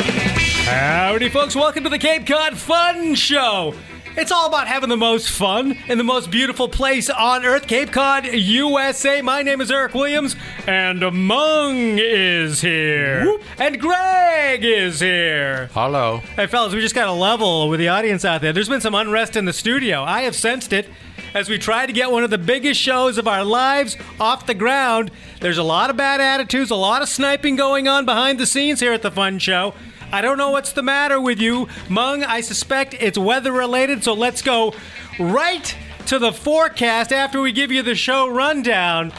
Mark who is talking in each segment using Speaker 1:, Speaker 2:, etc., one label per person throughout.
Speaker 1: Howdy, folks. Welcome to the Cape Cod Fun Show. It's all about having the most fun in the most beautiful place on earth, Cape Cod, USA. My name is Eric Williams, and Mung is here. And Greg is here.
Speaker 2: Hello.
Speaker 1: Hey, fellas, we just got a level with the audience out there. There's been some unrest in the studio. I have sensed it as we try to get one of the biggest shows of our lives off the ground. There's a lot of bad attitudes, a lot of sniping going on behind the scenes here at the Fun Show. I don't know what's the matter with you, Mung. I suspect it's weather related, so let's go right to the forecast after we give you the show rundown.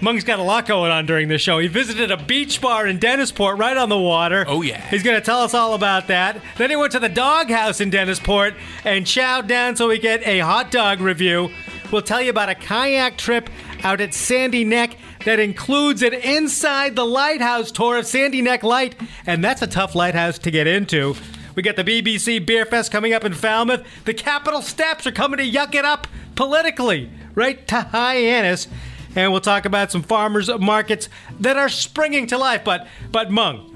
Speaker 1: Mung's got a lot going on during the show. He visited a beach bar in Dennisport right on the water.
Speaker 2: Oh, yeah.
Speaker 1: He's going to tell us all about that. Then he went to the doghouse in Dennisport and chowed down so we get a hot dog review. We'll tell you about a kayak trip out at Sandy Neck that includes an inside the lighthouse tour of Sandy Neck Light, and that's a tough lighthouse to get into. We got the BBC Beer Fest coming up in Falmouth. The Capitol Steps are coming to yuck it up politically, right to Hyannis and we'll talk about some farmers markets that are springing to life. But but Mung,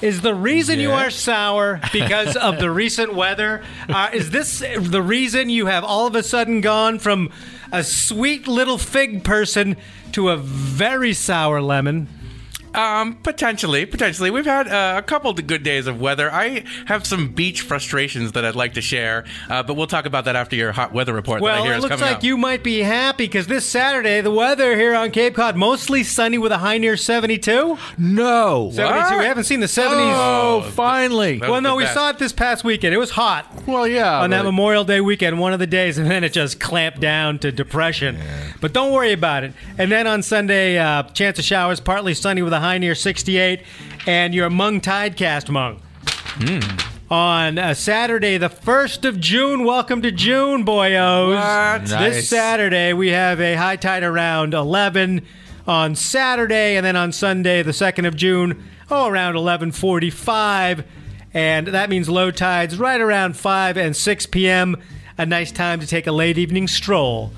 Speaker 1: is the reason you
Speaker 2: Yeah.
Speaker 1: are sour because of the recent weather? Uh, is this the reason you have all of a sudden gone from a sweet little fig person to a very sour lemon?
Speaker 2: Um, potentially, potentially. We've had uh, a couple of good days of weather. I have some beach frustrations that I'd like to share, uh, but we'll talk about that after your hot weather report that I
Speaker 1: Well,
Speaker 2: hear
Speaker 1: it
Speaker 2: is
Speaker 1: looks
Speaker 2: coming
Speaker 1: like
Speaker 2: up.
Speaker 1: you might be happy because this Saturday the weather here on Cape Cod mostly sunny with a high near 72.
Speaker 3: No.
Speaker 1: 72. We haven't seen the 70s.
Speaker 3: Oh, finally.
Speaker 2: that-
Speaker 1: well,
Speaker 2: was
Speaker 1: no,
Speaker 2: the
Speaker 1: we
Speaker 2: best.
Speaker 1: saw it this past weekend. It was hot.
Speaker 3: Well, yeah.
Speaker 1: on that
Speaker 3: but-
Speaker 1: Memorial Day weekend, one of the days, and then it just clamped down to depression. But don't worry about it. And then on Sunday, uh, chance of showers, partly sunny with a high near 68, and your Mung Tidecast Mung. On uh, Saturday, the 1st of June. Welcome to June, boyos.
Speaker 2: What?
Speaker 1: This
Speaker 3: Nice.
Speaker 1: Saturday, we have a high tide around 11 on Saturday, and then on Sunday, the 2nd of June, oh, around 1145. And that means low tides right around 5 and 6 p.m. A nice time to take a late evening stroll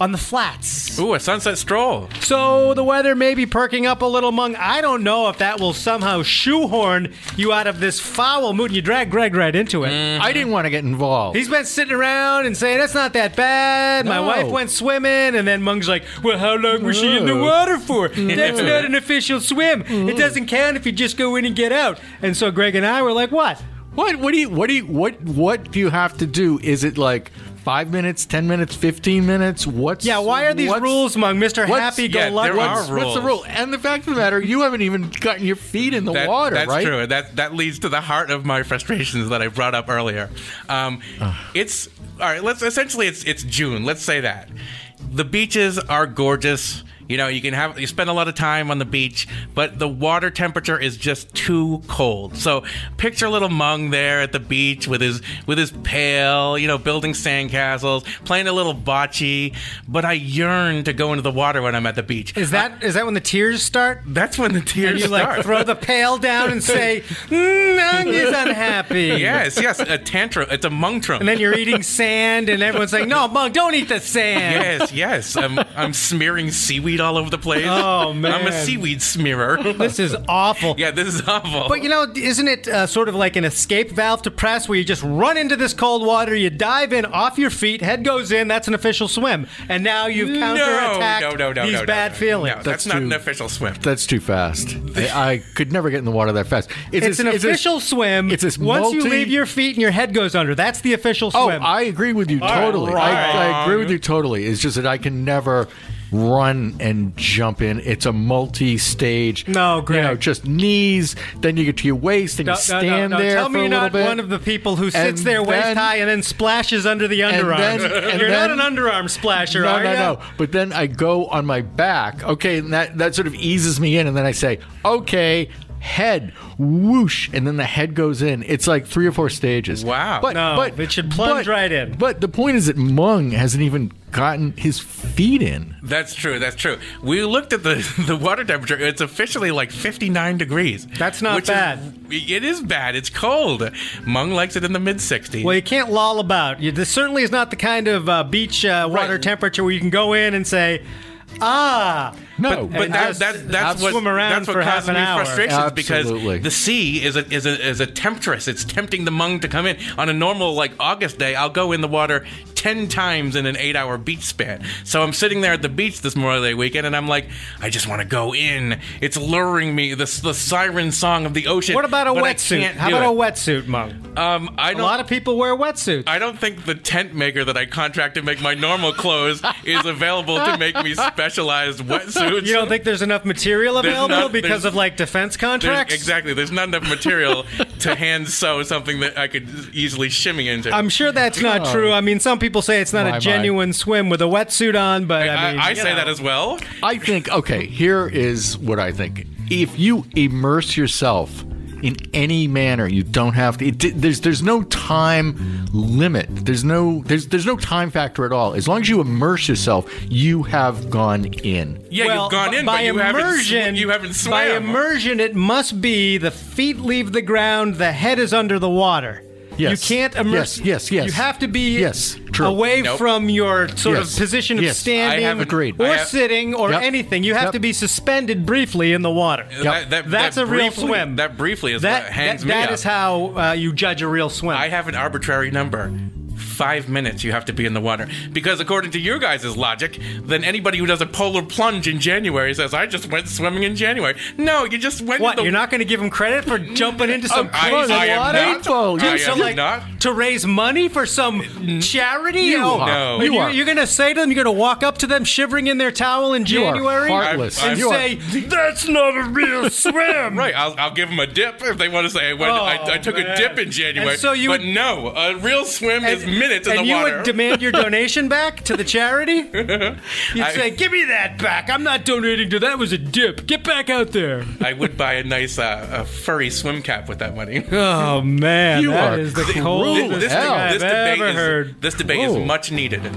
Speaker 1: on the flats.
Speaker 2: Ooh, a sunset stroll.
Speaker 1: So the weather may be perking up a little, Mung. I don't know if that will somehow shoehorn you out of this foul mood. You drag Greg right into it.
Speaker 3: I didn't want to get involved.
Speaker 1: He's been sitting around and saying, that's not that bad. My
Speaker 3: No.
Speaker 1: wife went swimming. And then Mung's like, well, how long was she in the water for? That's not an official swim. It doesn't count if you just go in and get out. And so Greg and I were like, what?
Speaker 3: what? What do you? What do you? What? What do you have to do? Is it like five minutes, ten minutes, fifteen minutes? What's
Speaker 1: Yeah, why are these
Speaker 3: what's-
Speaker 1: rules, Mung? Mr.
Speaker 3: what's-
Speaker 1: Happy
Speaker 2: yeah,
Speaker 1: Go
Speaker 2: there
Speaker 1: Lucky.
Speaker 2: are
Speaker 3: What's, what's the
Speaker 2: rules.
Speaker 3: rule? And the fact of the matter, you haven't even gotten your feet in the
Speaker 2: That-
Speaker 3: water,
Speaker 2: that's
Speaker 3: right?
Speaker 2: true. That that leads to the heart of my frustrations that I brought up earlier. Um,
Speaker 1: Ah.
Speaker 2: it's all right. Let's essentially it's it's June. Let's say that the beaches are gorgeous. You know, you can have you spend a lot of time on the beach, but the water temperature is just too cold. So picture little Mung there at the beach with his with his pail, you know, building sandcastles, playing a little bocce. But I yearn to go into the water when I'm at the beach.
Speaker 1: Is that is that when the tears start?
Speaker 2: That's when the
Speaker 1: And
Speaker 2: tears
Speaker 1: you like
Speaker 2: start.
Speaker 1: throw the pail down and say, mm, Mung is unhappy.
Speaker 2: yes, yes, a tantrum. It's a mungtrum.
Speaker 1: And then you're eating sand, and everyone's like, no, Mung, don't eat the sand.
Speaker 2: yes, yes, I'm I'm smearing seaweed all over the place.
Speaker 1: Oh,
Speaker 2: I'm a
Speaker 1: man.
Speaker 2: seaweed smearer.
Speaker 1: This is awful.
Speaker 2: yeah, this is awful.
Speaker 1: But you know, isn't it uh, sort of like an escape valve to press where you just run into this cold water, you dive in off your feet, head goes in, that's an official swim. And now you've
Speaker 2: no,
Speaker 1: counterattacked
Speaker 2: no, no, no,
Speaker 1: these
Speaker 2: no, no,
Speaker 1: bad
Speaker 2: no,
Speaker 1: feelings.
Speaker 2: No, that's
Speaker 3: That's
Speaker 2: not
Speaker 3: too-
Speaker 2: an official swim.
Speaker 3: That's too fast. I, I could never get in the water that fast. Is
Speaker 1: It's
Speaker 3: this-
Speaker 1: an
Speaker 3: is this-
Speaker 1: official swim.
Speaker 3: it's this
Speaker 1: Once you
Speaker 3: multi-
Speaker 1: leave your feet and your head goes under, that's the official
Speaker 3: Oh,
Speaker 1: swim.
Speaker 3: I agree with you
Speaker 1: right,
Speaker 3: totally.
Speaker 1: right.
Speaker 3: I, I agree with you totally. It's just that I can never run and jump in. It's a multi-stage.
Speaker 1: No,
Speaker 3: You know,
Speaker 1: Greg.
Speaker 3: just knees. Then you get to your waist. Then
Speaker 1: No,
Speaker 3: you
Speaker 1: no,
Speaker 3: stand
Speaker 1: no, no.
Speaker 3: there
Speaker 1: Tell
Speaker 3: for
Speaker 1: me
Speaker 3: a
Speaker 1: you're
Speaker 3: little
Speaker 1: not
Speaker 3: bit.
Speaker 1: one of the people who sits
Speaker 3: And
Speaker 1: there waist
Speaker 3: then-
Speaker 1: high and then splashes under the
Speaker 3: And
Speaker 1: underarm.
Speaker 3: then- and
Speaker 1: you're
Speaker 3: then-
Speaker 1: not an underarm splasher,
Speaker 3: no,
Speaker 1: are
Speaker 3: no,
Speaker 1: you?
Speaker 3: no. But then I go on my back. Okay, and that that sort of eases me in, and then I say, okay, head, whoosh, and then the head goes in. It's like three or four stages.
Speaker 2: Wow.
Speaker 3: But,
Speaker 1: No,
Speaker 3: but
Speaker 1: it should plunge
Speaker 3: but-
Speaker 1: right in.
Speaker 3: But the point is that Mung hasn't even gotten his feet in.
Speaker 2: That's true. That's true. We looked at the the water temperature. It's officially like 59 degrees.
Speaker 1: That's not
Speaker 2: which is-
Speaker 1: bad.
Speaker 2: it is bad. It's cold. Mung likes it in the mid 60s.
Speaker 1: Well, you can't loll about. You, this certainly is not the kind of uh, beach uh, water
Speaker 2: Right.
Speaker 1: temperature where you can go in and say, ah.
Speaker 3: No,
Speaker 2: But
Speaker 1: And
Speaker 2: that,
Speaker 1: just
Speaker 2: that, that's what
Speaker 1: swim around
Speaker 2: that's what
Speaker 1: for half
Speaker 2: causes
Speaker 1: an
Speaker 2: me
Speaker 1: hour.
Speaker 2: frustrations
Speaker 3: Absolutely.
Speaker 2: because the sea is a, is a is a temptress. It's tempting the mung to come in on a normal like August day. I'll go in the water ten times in an eight hour beach span. So I'm sitting there at the beach this Memorial Day weekend, and I'm like, I just want to go in. It's luring me. The the siren song of the ocean.
Speaker 1: What about a
Speaker 2: but I
Speaker 1: wetsuit?
Speaker 2: can't
Speaker 1: How
Speaker 2: do
Speaker 1: about
Speaker 2: it.
Speaker 1: a wetsuit, Mung?
Speaker 2: Um, I
Speaker 1: A
Speaker 2: don't.
Speaker 1: lot of people wear wetsuits.
Speaker 2: I don't think the tent maker that I contract to make my normal clothes is available to make me specialized wetsuits.
Speaker 1: you don't think there's enough material
Speaker 2: There's
Speaker 1: available
Speaker 2: not-
Speaker 1: because
Speaker 2: there's-
Speaker 1: of like defense
Speaker 2: There's-
Speaker 1: contracts?
Speaker 2: exactly. There's not enough material to hand sew something that I could easily shimmy into.
Speaker 1: I'm sure that's not true. I mean, some people say it's not
Speaker 3: My,
Speaker 1: a
Speaker 3: my.
Speaker 1: genuine swim with a wetsuit on, but I,
Speaker 2: I,
Speaker 1: mean,
Speaker 2: I
Speaker 1: you
Speaker 2: say
Speaker 1: know.
Speaker 2: that as well.
Speaker 3: I think, okay, here is what I think. If you immerse yourself in any manner, you don't have to. It, there's there's no time limit. There's no there's there's no time factor at all. As long as you immerse yourself, you have gone in.
Speaker 2: Yeah,
Speaker 1: well,
Speaker 2: you've gone
Speaker 1: b-
Speaker 2: in,
Speaker 1: by
Speaker 2: but you
Speaker 1: immersion.
Speaker 2: haven't. sw- You haven't swam.
Speaker 1: By immersion, it must be the feet leave the ground, the head is under the water.
Speaker 3: Yes.
Speaker 1: You can't immerse.
Speaker 3: Yes, yes, yes.
Speaker 1: You have to be
Speaker 3: Yes, true.
Speaker 1: away
Speaker 2: Nope.
Speaker 1: from your sort
Speaker 3: Yes.
Speaker 1: of position of
Speaker 3: Yes. I
Speaker 1: standing
Speaker 2: haven't-
Speaker 3: Agreed.
Speaker 1: or
Speaker 2: I have-
Speaker 1: sitting or
Speaker 3: Yep.
Speaker 1: anything. You have
Speaker 3: Yep.
Speaker 1: to be suspended briefly in the water.
Speaker 2: That- that-
Speaker 1: That's
Speaker 2: that
Speaker 1: a real
Speaker 2: briefly-
Speaker 1: swim.
Speaker 2: That briefly is
Speaker 1: That,
Speaker 2: what hands
Speaker 1: that,
Speaker 2: me
Speaker 1: that
Speaker 2: up.
Speaker 1: is how uh, you judge a real swim.
Speaker 2: I have an arbitrary number. Five minutes you have to be in the water. Because according to your guys' logic, then anybody who does a polar plunge in January says, I just went swimming in January. No, you just went
Speaker 1: What?
Speaker 2: in the
Speaker 1: You're not going to give him credit for jumping into some
Speaker 2: I-
Speaker 1: crazy
Speaker 2: I am
Speaker 1: water?
Speaker 2: not.
Speaker 3: Painful.
Speaker 1: Dude,
Speaker 3: I
Speaker 1: so
Speaker 2: am
Speaker 1: like
Speaker 2: not.
Speaker 1: to raise money for some charity? You oh,
Speaker 3: are.
Speaker 2: No.
Speaker 1: But
Speaker 2: You
Speaker 1: you're,
Speaker 3: are.
Speaker 1: you're going to say to them, you're going to walk up to them shivering in their towel in
Speaker 3: You are
Speaker 1: January
Speaker 3: heartless.
Speaker 1: and
Speaker 3: You are-
Speaker 1: say, "That's not a real swim."
Speaker 2: Right, I'll, I'll give them a dip if they want to say I, went, I, I took
Speaker 1: Oh, man.
Speaker 2: a dip in January.
Speaker 1: And so you
Speaker 2: but
Speaker 1: would-
Speaker 2: no, a real swim is minutes in
Speaker 1: and
Speaker 2: the
Speaker 1: you
Speaker 2: water.
Speaker 1: would demand your donation back to the charity. You'd
Speaker 2: I-
Speaker 1: say, "Give me that back! I'm not donating to that. Was a dip. Get back out there."
Speaker 2: I would buy a nice uh, a furry swim cap with that money.
Speaker 1: Oh man,
Speaker 3: You
Speaker 1: that
Speaker 3: are
Speaker 1: is the
Speaker 3: cruel
Speaker 1: coldest
Speaker 3: as
Speaker 2: this,
Speaker 1: thing
Speaker 3: hell.
Speaker 1: I've
Speaker 2: this debate
Speaker 1: ever
Speaker 2: is
Speaker 1: heard.
Speaker 2: this debate
Speaker 3: Ooh.
Speaker 2: is much needed, and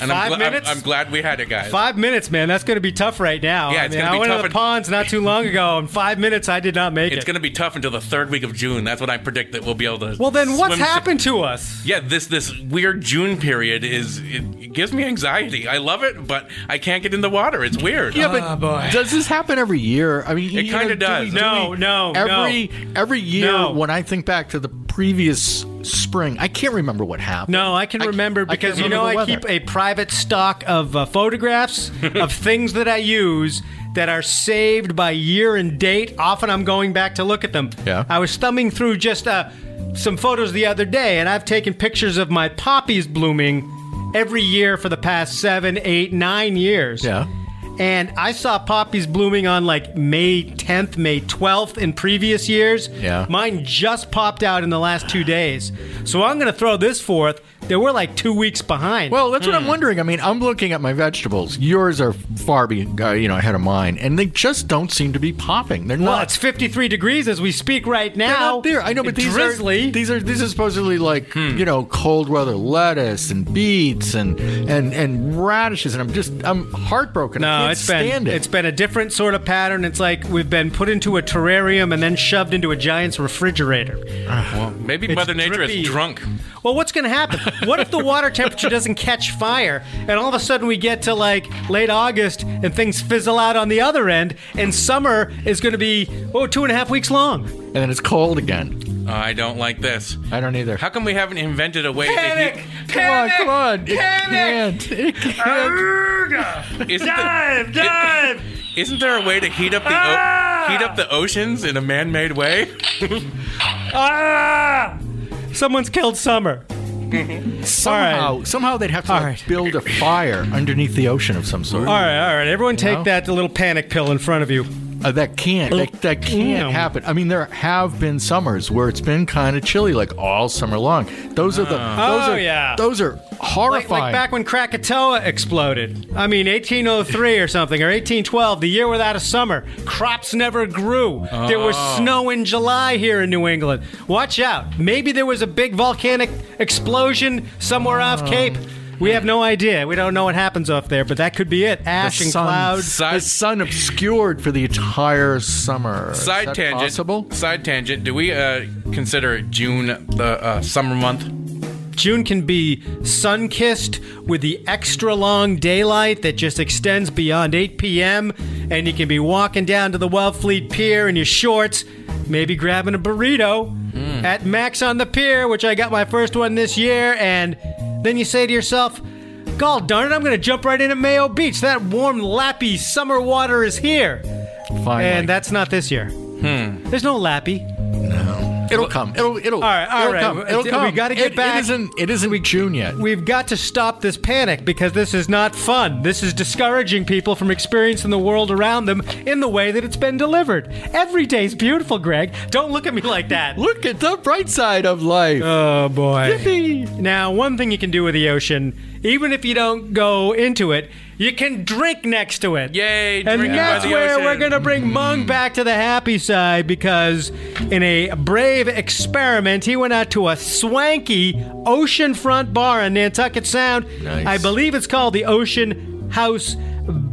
Speaker 1: Five
Speaker 2: I'm, gl- I'm,
Speaker 1: minutes?
Speaker 2: I'm glad we had it, guys.
Speaker 1: Five minutes, man. That's going to be tough right now.
Speaker 2: Yeah,
Speaker 1: I
Speaker 2: it's
Speaker 1: mean,
Speaker 2: gonna be
Speaker 1: I went
Speaker 2: tough
Speaker 1: to the
Speaker 2: and-
Speaker 1: ponds not too long ago. In five minutes, I did not make
Speaker 2: It's
Speaker 1: it.
Speaker 2: going to be tough until the third week of June. That's when I predict that we'll be able to.
Speaker 1: well, then what's
Speaker 2: swim-
Speaker 1: happened to us?
Speaker 2: Yeah, this this weird June period is it, it gives me anxiety. I love it, but I can't get in the water. It's weird.
Speaker 3: Yeah,
Speaker 1: ah,
Speaker 3: but does this happen every year? I mean,
Speaker 2: It
Speaker 3: you know,
Speaker 2: kinda
Speaker 3: do
Speaker 2: does.
Speaker 3: we- do
Speaker 1: No,
Speaker 3: we-
Speaker 1: no,
Speaker 3: Every
Speaker 1: no.
Speaker 3: every year,
Speaker 1: No.
Speaker 3: when I think back to the previous spring, I can't remember what happened.
Speaker 1: No, I can
Speaker 3: I-
Speaker 1: remember
Speaker 3: I can't
Speaker 1: because you
Speaker 3: remember
Speaker 1: know
Speaker 3: the
Speaker 1: I
Speaker 3: weather.
Speaker 1: keep a private stock of uh, photographs of things that I use that are saved by year and date. Often I'm going back to look at them.
Speaker 3: Yeah.
Speaker 1: I was thumbing through just uh, some photos the other day, and I've taken pictures of my poppies blooming every year for the past seven, eight, nine years.
Speaker 3: Yeah.
Speaker 1: And I saw poppies blooming on like May 10th, May 12th in previous years.
Speaker 3: Yeah.
Speaker 1: Mine just popped out in the last two days. So I'm going to throw this forth that we're like two weeks behind.
Speaker 3: Well, that's what I'm wondering. I mean, I'm looking at my vegetables. Yours are far be, uh, you know ahead of mine, and they just don't seem to be popping. They're
Speaker 1: well,
Speaker 3: not.
Speaker 1: it's 53 degrees as we speak right
Speaker 3: they're
Speaker 1: now.
Speaker 3: not there. I know, but these
Speaker 1: drizzly. Hmm.
Speaker 3: are these are these are supposedly like you know cold weather lettuce and beets and and and radishes, and I'm just I'm heartbroken. I
Speaker 1: no,
Speaker 3: can't
Speaker 1: it's
Speaker 3: stand
Speaker 1: been
Speaker 3: it.
Speaker 1: has been a different sort of pattern. It's like we've been put into a terrarium and then shoved into a giant's refrigerator.
Speaker 2: Well, maybe Mother Nature
Speaker 1: drippy.
Speaker 2: is drunk.
Speaker 1: Well, what's going to happen? What if the water temperature doesn't catch fire and all of a sudden we get to like late August and things fizzle out on the other end and summer is going to be, oh, two and a half weeks long?
Speaker 3: and then it's cold again.
Speaker 2: I don't like this.
Speaker 3: I don't either.
Speaker 2: How come we haven't invented a way?
Speaker 1: Panic!
Speaker 3: come on, come on! It can't. It can't.
Speaker 2: To heat, isn't dive, dive! Ah! Isn't there a way to heat up the o- heat up the oceans in a man-made way?
Speaker 1: Ah! Someone's killed summer.
Speaker 3: Somehow, somehow they'd have to like,
Speaker 1: right.
Speaker 3: build a fire underneath the ocean of some sort.
Speaker 1: All right, all right. Everyone take
Speaker 3: know?
Speaker 1: that little panic pill in front of you.
Speaker 3: Uh, that can't. That, that can't
Speaker 1: Damn.
Speaker 3: happen. I mean, there have been summers where it's been kind of chilly, like all summer long. Those are the.
Speaker 2: Uh.
Speaker 3: Those
Speaker 1: Oh,
Speaker 3: are,
Speaker 1: yeah.
Speaker 3: Those are
Speaker 1: Like,
Speaker 3: horrifying.
Speaker 1: like back when Krakatoa exploded. I mean, 1803 or something, or 1812, the year without a summer. Crops never grew. There was
Speaker 3: Oh.
Speaker 1: snow in July here in New England. Watch out. Maybe there was a big volcanic explosion somewhere
Speaker 3: Oh.
Speaker 1: off Cape. We have no idea. We don't know what happens off there, but that could be it.
Speaker 3: the
Speaker 1: Ash and
Speaker 3: sun,
Speaker 1: clouds.
Speaker 3: The sun obscured for the entire summer. Is
Speaker 2: Side
Speaker 3: that
Speaker 2: tangent.
Speaker 3: Possible?
Speaker 2: Side tangent. Do we uh, consider June the uh, summer month?
Speaker 1: June can be sun kissed with the extra long daylight that just extends beyond 8 p.m. And you can be walking down to the Wellfleet Pier in your shorts, maybe grabbing a burrito at Max on the Pier, which I got my first one this year. And then you say to yourself, Gall darn it, I'm going to jump right in at Mayo Beach. That warm, lappy summer water is here.
Speaker 3: Finally.
Speaker 1: And that's not this year. Hmm. There's no lappy.
Speaker 3: It'll come. It'll. It'll.
Speaker 1: All right, all
Speaker 3: it'll
Speaker 1: right.
Speaker 3: come. It'll
Speaker 1: We
Speaker 3: come.
Speaker 1: gotta get
Speaker 3: It-
Speaker 1: back-
Speaker 3: It isn't. It isn't June yet.
Speaker 1: We've got to stop this panic because this is not fun. This is discouraging people from experiencing the world around them in the way that it's been delivered. Every day's beautiful, Greg. Don't look at me like that.
Speaker 3: Look at the bright side of life.
Speaker 1: Oh boy.
Speaker 3: Yippee.
Speaker 1: Now, one thing you can do with the ocean, even if you don't go into it, you can drink next to it.
Speaker 2: Yay,
Speaker 1: And
Speaker 2: drinking by
Speaker 1: that's
Speaker 2: the
Speaker 1: where
Speaker 2: ocean. Mm.
Speaker 1: we're going to bring Mung back to the happy side because in a brave experiment, he went out to a swanky oceanfront bar in Nantucket Sound.
Speaker 3: Nice.
Speaker 1: I believe it's called the Ocean House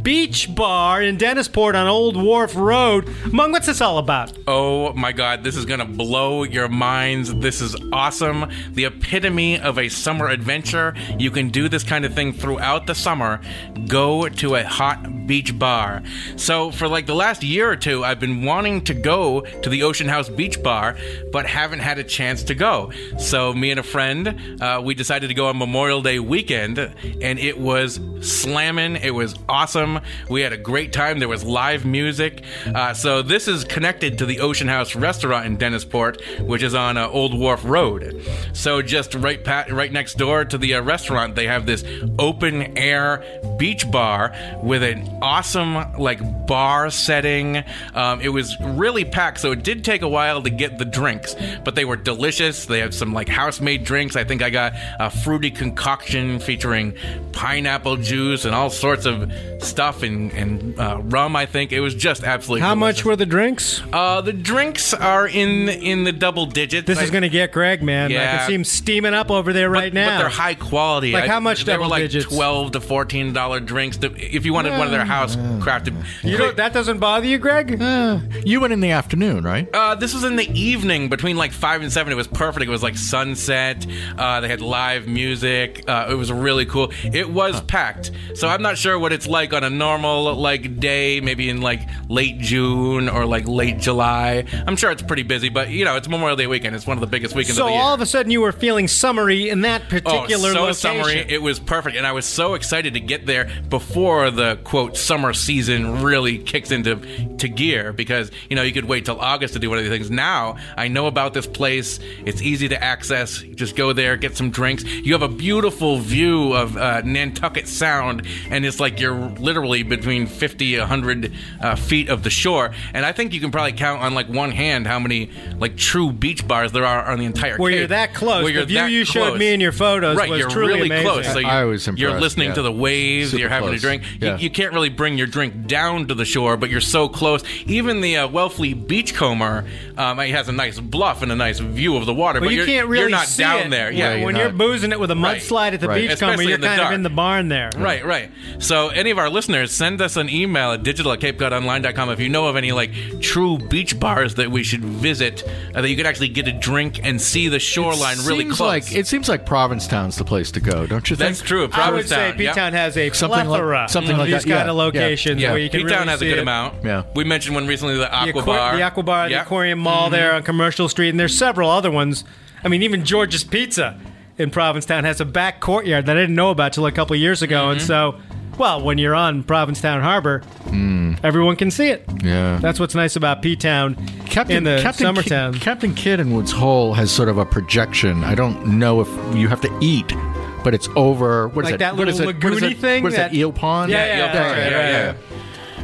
Speaker 1: Beach Bar in Dennisport on Old Wharf Road. Mung, what's this all about?
Speaker 2: Oh my god, this is gonna blow your minds. This is awesome. The epitome of a summer adventure. You can do this kind of thing throughout the summer. Go to a hot beach bar. So, for like the last year or two, I've been wanting to go to the Ocean House Beach Bar, but haven't had a chance to go. So, me and a friend, uh, we decided to go on Memorial Day weekend, and it was slamming. It was awesome. We had a great time. There was live music. Uh, so this is connected to the Ocean House restaurant in Dennisport, which is on uh, Old Wharf Road. So just right pat, right next door to the uh, restaurant, they have this open air beach bar with an awesome like bar setting. Um, it was really packed, so it did take a while to get the drinks, but they were delicious. They had some like house made drinks. I think I got a fruity concoction featuring pineapple juice and all sorts of stuff and, and uh, rum. I think it was just absolutely.
Speaker 1: How much
Speaker 2: delicious.
Speaker 1: were the drinks?
Speaker 2: Uh, the drinks are in in the double digits.
Speaker 1: This
Speaker 2: I-
Speaker 1: is going to get Greg, man. I
Speaker 2: Yeah.
Speaker 1: can see him steaming up over there
Speaker 2: but-
Speaker 1: right now.
Speaker 2: But they're high quality.
Speaker 1: Like
Speaker 2: I-
Speaker 1: how much
Speaker 2: they
Speaker 1: double
Speaker 2: were like
Speaker 1: digits?
Speaker 2: twelve to fourteen dollar drinks. The- If you wanted one of their house crafted,
Speaker 1: You know, that doesn't bother you, Greg?
Speaker 3: You went in the afternoon, right?
Speaker 2: Uh, this was in the evening between like five and seven. It was perfect. It was like sunset. Uh, they had live music. Uh, it was really cool. It was packed. So I'm not sure what it's like on a normal like day, maybe in like late June or like late July. I'm sure it's pretty busy, but you know, it's Memorial Day weekend. It's one of the biggest weekends
Speaker 1: So
Speaker 2: of the year.
Speaker 1: all of a sudden you were feeling summery in that particular
Speaker 2: oh, so
Speaker 1: location.
Speaker 2: summery. It was perfect, and I was so excited to get there before the quote summer season really kicks into to gear because you know you could wait till August to do one of these things. Now I know about this place. It's easy to access. Just go there, get some drinks. You have a beautiful view of uh, Nantucket Sound, and it's like you're literally between 50 100 uh, feet of the shore. And I think you can probably count on like one hand how many like true beach bars there are on the entire.
Speaker 1: where
Speaker 2: Cape.
Speaker 1: you're that close.
Speaker 2: Where
Speaker 1: the
Speaker 2: you're
Speaker 1: view
Speaker 2: that
Speaker 1: you showed
Speaker 2: close.
Speaker 1: me in your photos
Speaker 2: Right,
Speaker 1: was
Speaker 2: you're
Speaker 1: truly
Speaker 2: really
Speaker 1: amazing.
Speaker 2: close. So you're,
Speaker 3: I was
Speaker 2: You're
Speaker 3: impressed,
Speaker 2: listening
Speaker 3: yeah.
Speaker 2: to the waves.
Speaker 3: Super
Speaker 2: you're having
Speaker 3: close,
Speaker 2: a drink. You-
Speaker 3: yeah.
Speaker 2: You, can't really bring your drink down to the shore, but you're so close. Even the uh, Wellfleet Beachcomber, um, it has a nice bluff and a nice view of the water,
Speaker 1: but
Speaker 2: but
Speaker 1: you
Speaker 2: are
Speaker 1: can't really
Speaker 2: you're not
Speaker 1: see
Speaker 2: down
Speaker 1: it.
Speaker 2: there.
Speaker 1: When-
Speaker 2: Yeah,
Speaker 3: you're
Speaker 1: when you're
Speaker 3: not.
Speaker 1: boozing it with a
Speaker 2: Right.
Speaker 1: mudslide at the
Speaker 3: Right.
Speaker 1: beach
Speaker 2: Especially
Speaker 1: coming, you're
Speaker 2: in the
Speaker 1: kind of
Speaker 2: dark.
Speaker 1: in the barn there.
Speaker 2: Right, right. So, any of our listeners, send us an email at digital at capecodonline.com if you know of any like true beach bars that we should visit uh, that you could actually get a drink and see the shoreline really
Speaker 3: seems
Speaker 2: close.
Speaker 3: Like, it seems like Provincetown's the place to go, don't you think?
Speaker 2: That's true.
Speaker 1: I would say
Speaker 2: Provincetown,
Speaker 1: P
Speaker 2: yeah.
Speaker 1: Town has a
Speaker 3: Something like-
Speaker 1: plethora
Speaker 3: something
Speaker 1: of
Speaker 3: like
Speaker 1: these
Speaker 3: that, yeah,
Speaker 1: kind of
Speaker 3: yeah.
Speaker 1: locations
Speaker 3: Yeah.
Speaker 1: where you can
Speaker 2: P-Town
Speaker 1: really
Speaker 2: has a
Speaker 1: see
Speaker 2: good
Speaker 1: it.
Speaker 2: amount.
Speaker 3: Yeah.
Speaker 2: We mentioned one recently, the
Speaker 1: The
Speaker 2: Aqua
Speaker 1: aqua-
Speaker 2: Bar.
Speaker 1: the Aqua Bar, the
Speaker 2: Yeah.
Speaker 1: Aquarium Mall there on Commercial Street, and there's several other ones. I mean, even George's Pizza in Provincetown has a back courtyard that I didn't know about till a couple years ago, and so Well, when you're on Provincetown Harbor, everyone can see it.
Speaker 3: Yeah.
Speaker 1: That's what's nice about P Town
Speaker 3: Captain
Speaker 1: in the
Speaker 3: Captain
Speaker 1: summer
Speaker 3: Ki-
Speaker 1: town.
Speaker 3: Captain Kidd in Woods Hole has sort of a projection. I don't know if you have to eat, but it's over. What is
Speaker 1: Like
Speaker 3: it?
Speaker 1: that
Speaker 3: what is
Speaker 1: little
Speaker 3: it? What is
Speaker 1: lagoony
Speaker 3: it?
Speaker 1: thing
Speaker 3: What is
Speaker 1: that-
Speaker 3: that eel pond?
Speaker 1: Yeah, yeah,
Speaker 2: Yeah,
Speaker 1: yeah,
Speaker 2: Oh, yeah,
Speaker 1: right,
Speaker 2: yeah,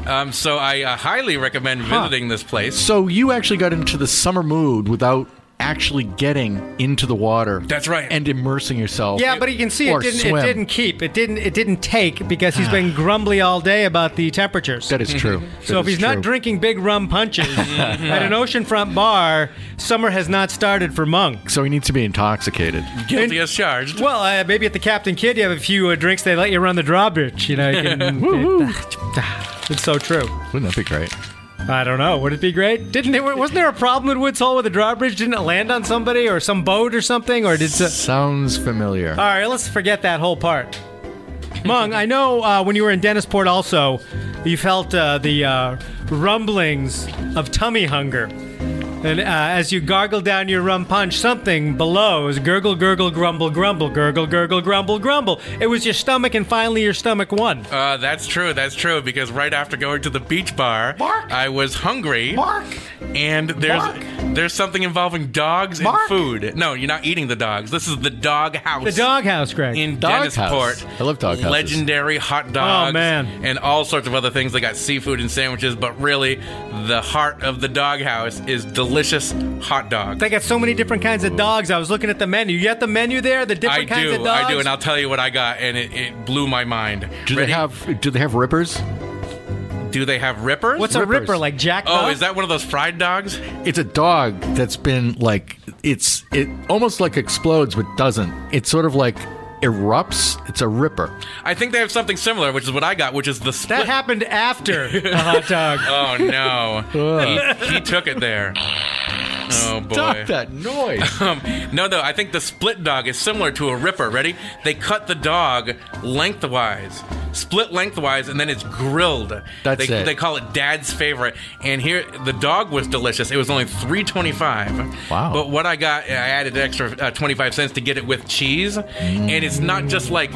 Speaker 2: yeah. Um, so I uh, highly recommend visiting this place.
Speaker 3: So you actually got into the summer mood without actually getting into the water.
Speaker 2: That's right.
Speaker 3: And immersing yourself.
Speaker 1: Yeah, but you can see it
Speaker 3: or
Speaker 1: didn't.
Speaker 3: swim.
Speaker 1: It didn't keep. It didn't. It didn't take because he's been grumbly all day about the temperatures.
Speaker 3: That is true.
Speaker 1: so if he's not drinking big rum punches at an oceanfront bar, summer has not started for Monk.
Speaker 3: so he needs to be intoxicated.
Speaker 2: Guilty as charged.
Speaker 1: Well, uh, maybe at the Captain Kidd, you have a few uh, drinks. They let you run the drawbridge. You know, you can, it's so true.
Speaker 3: Wouldn't that be great?
Speaker 1: I don't know. Would it be great? Didn't there? Wasn't there a problem in Woods Hole with the drawbridge? Didn't it land on somebody or some boat or something? Or did? so-
Speaker 3: Sounds familiar.
Speaker 1: All right, let's forget that whole part. Mung, I know uh, when you were in Dennisport, also you felt uh, the uh, rumblings of tummy hunger, and uh, as you gargled down your rum punch, something below is gurgle, gurgle, grumble, grumble, gurgle, gurgle, grumble, grumble. It was your stomach, and finally your stomach won.
Speaker 2: Uh, that's true. That's true. Because right after going to the beach bar, I was hungry. Mark. And there's there's something involving dogs and food. No, you're not eating the dogs. This is the dog house.
Speaker 1: The doghouse, Greg.
Speaker 2: in
Speaker 3: Dog
Speaker 2: Dennisport.
Speaker 3: house. I love dog houses.
Speaker 2: Legendary hot dogs.
Speaker 1: Oh, man.
Speaker 2: And all sorts of other things. They got seafood and sandwiches, but really, the heart of the dog house is delicious hot dogs.
Speaker 1: they got so many different kinds of dogs. I was looking at the menu. You got the menu there, the
Speaker 2: I
Speaker 1: different kinds of
Speaker 2: do,
Speaker 1: dogs.
Speaker 2: I do, and I'll tell you what I got, and it, it blew my mind.
Speaker 3: Do
Speaker 2: Ready?
Speaker 3: they have do they have rippers?
Speaker 2: Do they have rippers?
Speaker 1: What's a
Speaker 3: Rippers.
Speaker 1: ripper like, Jack?
Speaker 2: Oh, is that one of those fried dogs?
Speaker 3: It's a dog that's been like it's it almost like explodes but doesn't. It sort of like erupts. It's a ripper.
Speaker 2: I think they have something similar, which is what I got, which is the split.
Speaker 1: That happened after the hot dog.
Speaker 2: oh no, he, he took it there. Oh boy.
Speaker 3: Stop that noise.
Speaker 2: Um, no, no, I think the split dog is similar to a ripper. Ready? They cut the dog lengthwise, split lengthwise, and then it's grilled.
Speaker 3: That's
Speaker 2: they,
Speaker 3: it.
Speaker 2: They call it Dad's favorite. And here, the dog was delicious. It was only three twenty-five.
Speaker 3: Wow.
Speaker 2: But what I got, I added an extra uh, twenty-five cents to get it with cheese, and it's not just like.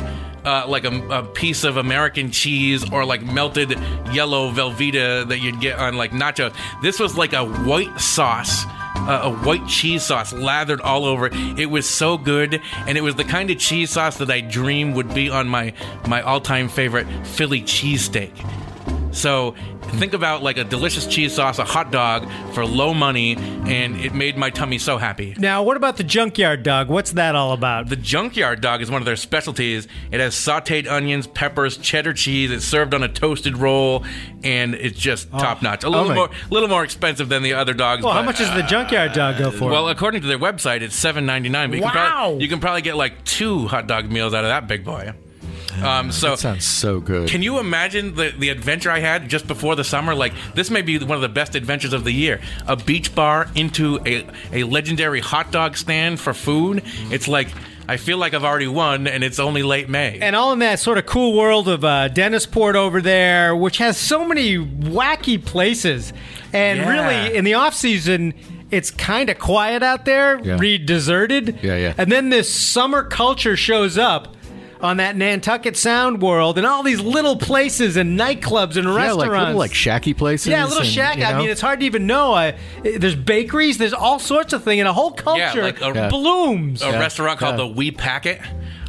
Speaker 2: Uh, like a, a piece of American cheese or like melted yellow Velveeta that you'd get on like nachos. This was like a white sauce uh, a white cheese sauce lathered all over. It was so good, and it was the kind of cheese sauce that I dream would be on my my all time favorite Philly cheesesteak. So think about like a delicious cheese sauce, a hot dog for low money, and it made my tummy so happy.
Speaker 1: Now, what about the junkyard dog? What's that all about?
Speaker 2: The junkyard dog is one of their specialties. It has sauteed onions, peppers, cheddar cheese. It's served on a toasted roll, and it's just top notch. A little
Speaker 3: my-
Speaker 2: more, little more expensive than the other dogs.
Speaker 1: Oh. well, how
Speaker 2: but-
Speaker 1: much does the junkyard dog go for?
Speaker 2: Well, according to their website, it's seven ninety nine. But you, can
Speaker 1: Wow.
Speaker 2: probably, you can probably get like two hot dog meals out of that big boy. Um, so
Speaker 3: That sounds so good.
Speaker 2: can you imagine the, the adventure I had just before the summer? Like, this may be one of the best adventures of the year. A beach bar into a, a legendary hot dog stand for food. It's like, I feel like I've already won, and it's only late May.
Speaker 1: and all in that sort of cool world of uh, Dennisport over there, which has so many wacky places. And
Speaker 2: Yeah.
Speaker 1: really, in the off season, it's kind of quiet out there,
Speaker 3: Yeah.
Speaker 1: read deserted.
Speaker 3: Yeah, yeah.
Speaker 1: And then this summer culture shows up on that Nantucket Sound world, and all these little places and nightclubs and
Speaker 3: yeah,
Speaker 1: restaurants,
Speaker 3: like little like shacky places.
Speaker 1: Yeah, a little
Speaker 3: and,
Speaker 1: shack.
Speaker 3: you
Speaker 1: I
Speaker 3: know?
Speaker 1: mean, it's hard to even know. I, there's bakeries. There's all sorts of thing, and a whole culture
Speaker 2: like a- Yeah.
Speaker 1: blooms.
Speaker 2: a restaurant called
Speaker 3: yeah.
Speaker 2: the Wee Packet.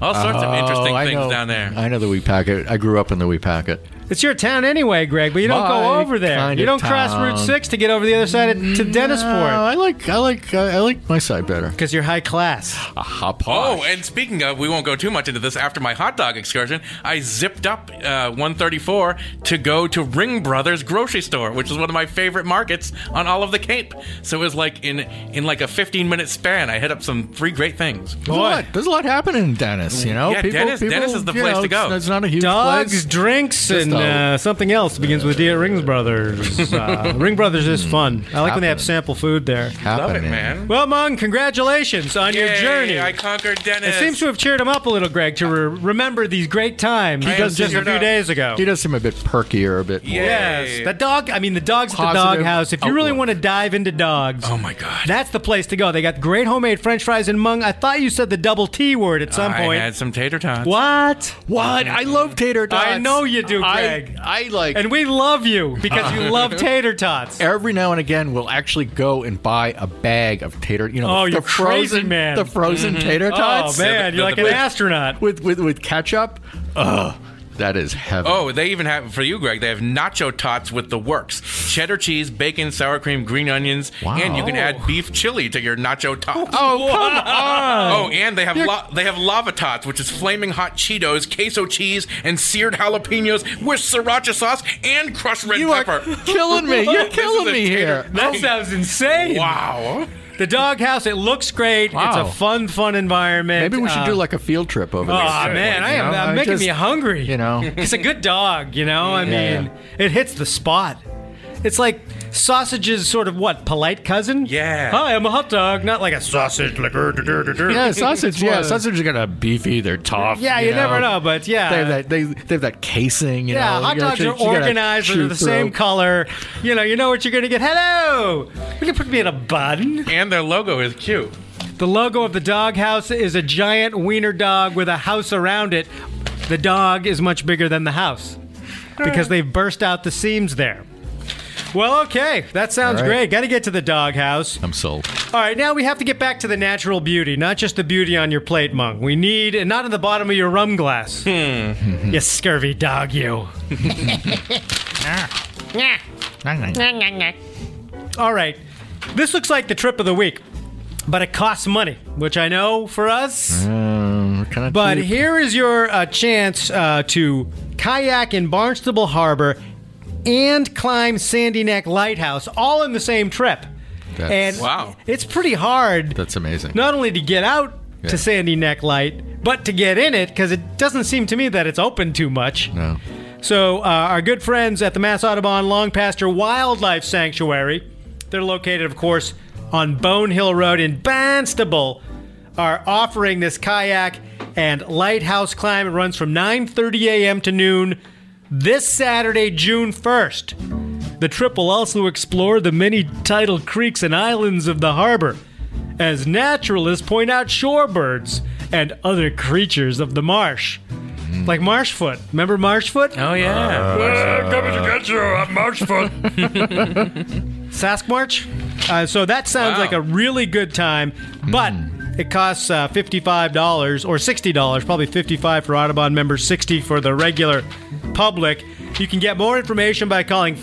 Speaker 2: All sorts of
Speaker 3: Oh,
Speaker 2: interesting
Speaker 3: I
Speaker 2: things
Speaker 3: know-
Speaker 2: down there.
Speaker 3: I know the wee packet. I grew up in the wee packet.
Speaker 1: It's your town anyway, Greg. But you don't go
Speaker 3: My
Speaker 1: over there.
Speaker 3: kind
Speaker 1: you
Speaker 3: of
Speaker 1: don't cross
Speaker 3: town.
Speaker 1: Route Six to get over the other side of, to
Speaker 3: No,
Speaker 1: Dennisport
Speaker 3: Uh, I like I like uh, I like my side better.
Speaker 1: because you're high class.
Speaker 3: Aha,
Speaker 2: Oh, and speaking of, we won't go too much into this. After my hot dog excursion, I zipped up uh, 134 to go to Ring Brothers grocery store, which is one of my favorite markets on all of the Cape. So it was like in in like a 15 minute span, I hit up some three great things.
Speaker 3: There's a, lot, there's a lot happening in Dennis, you know?
Speaker 2: Yeah, Dennis- Dennis is the
Speaker 3: you
Speaker 2: place
Speaker 3: know,
Speaker 2: to go.
Speaker 3: It's, it's not a huge
Speaker 1: Dogs,
Speaker 3: place.
Speaker 1: drinks,
Speaker 3: Just
Speaker 1: and
Speaker 3: a-
Speaker 1: uh, something else begins with D at Rings Brothers. Uh, Ring Brothers
Speaker 3: Hmm.
Speaker 1: is fun. I like when they have
Speaker 3: Happening.
Speaker 1: sample food there.
Speaker 2: Love it,
Speaker 3: Happening.
Speaker 2: man.
Speaker 1: Well, Mung, congratulations on your
Speaker 2: Yay,
Speaker 1: journey.
Speaker 2: I conquered Dennis.
Speaker 1: it seems to have cheered him up a little, Greg, to re- remember these great times
Speaker 2: He
Speaker 1: just
Speaker 2: does
Speaker 1: a
Speaker 2: cheer it
Speaker 1: few
Speaker 2: up.
Speaker 1: days ago.
Speaker 3: He does seem a bit perkier, a bit more.
Speaker 1: Yes, the dog. I mean, the dogs at the
Speaker 3: Positive
Speaker 1: dog house. If you really
Speaker 3: outlook.
Speaker 1: want to dive into dogs,
Speaker 2: Oh my God.
Speaker 1: that's the place to go. They got great homemade French fries and mung. I thought you said the double T word at some
Speaker 2: I
Speaker 1: point.
Speaker 2: I had some tater tots.
Speaker 1: What?
Speaker 3: What? I love tater tots.
Speaker 1: I know you do,
Speaker 3: I-
Speaker 1: Greg.
Speaker 3: I, like.
Speaker 1: And we love you because you love tater tots.
Speaker 3: every now and again, we'll actually go and buy a bag of tater. You know,
Speaker 1: Oh,
Speaker 3: the
Speaker 1: you're crazy,
Speaker 3: frozen,
Speaker 1: man.
Speaker 3: The frozen tater
Speaker 1: Oh
Speaker 3: tots.
Speaker 1: man, you're like an
Speaker 2: Wait.
Speaker 1: astronaut.
Speaker 3: With with with ketchup. Ugh, that is heaven.
Speaker 2: Oh, they even have for you, Greg. They have nacho tots with the works: cheddar cheese, bacon, sour cream, green onions,
Speaker 3: Wow.
Speaker 2: and you can
Speaker 3: Oh.
Speaker 2: add beef chili to your nacho tots.
Speaker 3: Oh, come on.
Speaker 2: Oh, and they have la- they have lava tots, which is flaming hot Cheetos, queso cheese, and seared jalapenos with sriracha sauce and crushed red
Speaker 3: You are
Speaker 2: pepper.
Speaker 3: killing me. You're
Speaker 2: This is
Speaker 3: killing
Speaker 2: a
Speaker 3: me
Speaker 2: tater-
Speaker 3: here.
Speaker 1: That sounds insane.
Speaker 2: Wow.
Speaker 1: The doghouse, it looks great. It's
Speaker 3: Wow.
Speaker 1: a fun, fun environment.
Speaker 3: Maybe we should
Speaker 1: Uh,
Speaker 3: do like a field trip over there.
Speaker 1: Aw, man, I am
Speaker 3: You know,
Speaker 1: I'm
Speaker 3: I
Speaker 1: making
Speaker 3: just-
Speaker 1: me hungry.
Speaker 3: you know.
Speaker 1: it's a good dog. You know, I
Speaker 3: Yeah.
Speaker 1: mean, it hits the spot. It's like sausage's sort of what polite cousin.
Speaker 2: Yeah.
Speaker 1: Hi, I'm a hot dog, not like a sausage. Like, "Er, der, der, der, der."
Speaker 3: Yeah, sausage. yeah, sausage are gonna beefy. They're tough.
Speaker 1: yeah, you, never know, but yeah,
Speaker 3: They have that. They, they have that casing. You
Speaker 1: yeah.
Speaker 3: know,
Speaker 1: hot
Speaker 3: you gotta
Speaker 1: dogs
Speaker 3: chew-
Speaker 1: are
Speaker 3: you gotta
Speaker 1: organized. They're
Speaker 3: chew
Speaker 1: the same
Speaker 3: through.
Speaker 1: color. You know, you know what you're gonna get. Hello, you can put me in a bun.
Speaker 2: And their logo is cute.
Speaker 1: The logo of the doghouse is a giant wiener dog with a house around it. The dog is much bigger than the house because they've burst out the seams there. Well, okay, that sounds
Speaker 3: All
Speaker 1: great.
Speaker 3: right.
Speaker 1: Got to get to the doghouse.
Speaker 3: I'm sold.
Speaker 1: All right, now we have to get back to the natural beauty, not just the beauty on your plate, Mung. We need, and not in the bottom of your rum glass. you scurvy dog, you. All right. This looks like the trip of the week, but it costs money, which I know for us. But here is your uh, chance uh, to kayak in Barnstable Harbor and climb Sandy Neck Lighthouse all in the same trip.
Speaker 3: That's-
Speaker 1: and
Speaker 2: Wow.
Speaker 1: it's pretty hard
Speaker 3: That's amazing.
Speaker 1: not only to get out
Speaker 3: Yeah.
Speaker 1: to Sandy Neck Light, but to get in it because it doesn't seem to me that it's open too much.
Speaker 3: No.
Speaker 1: So, uh, our good friends at the Mass Audubon Long Pasture Wildlife Sanctuary, they're located, of course, on Bone Hill Road in Barnstable, are offering this kayak and lighthouse climb. It runs from 9:30 a.m. to noon this Saturday, June 1st. The trip will also explore the many tidal creeks and islands of the harbor, as naturalists point out shorebirds and other creatures of the marsh. Like Marshfoot. Remember Marshfoot?
Speaker 2: Oh yeah.
Speaker 1: Sasquatch. Uh, so that sounds
Speaker 2: Wow.
Speaker 1: like a really good time, but it costs uh, fifty-five dollars or sixty dollars, probably fifty-five for Audubon members, sixty for the regular public. You can get more information by calling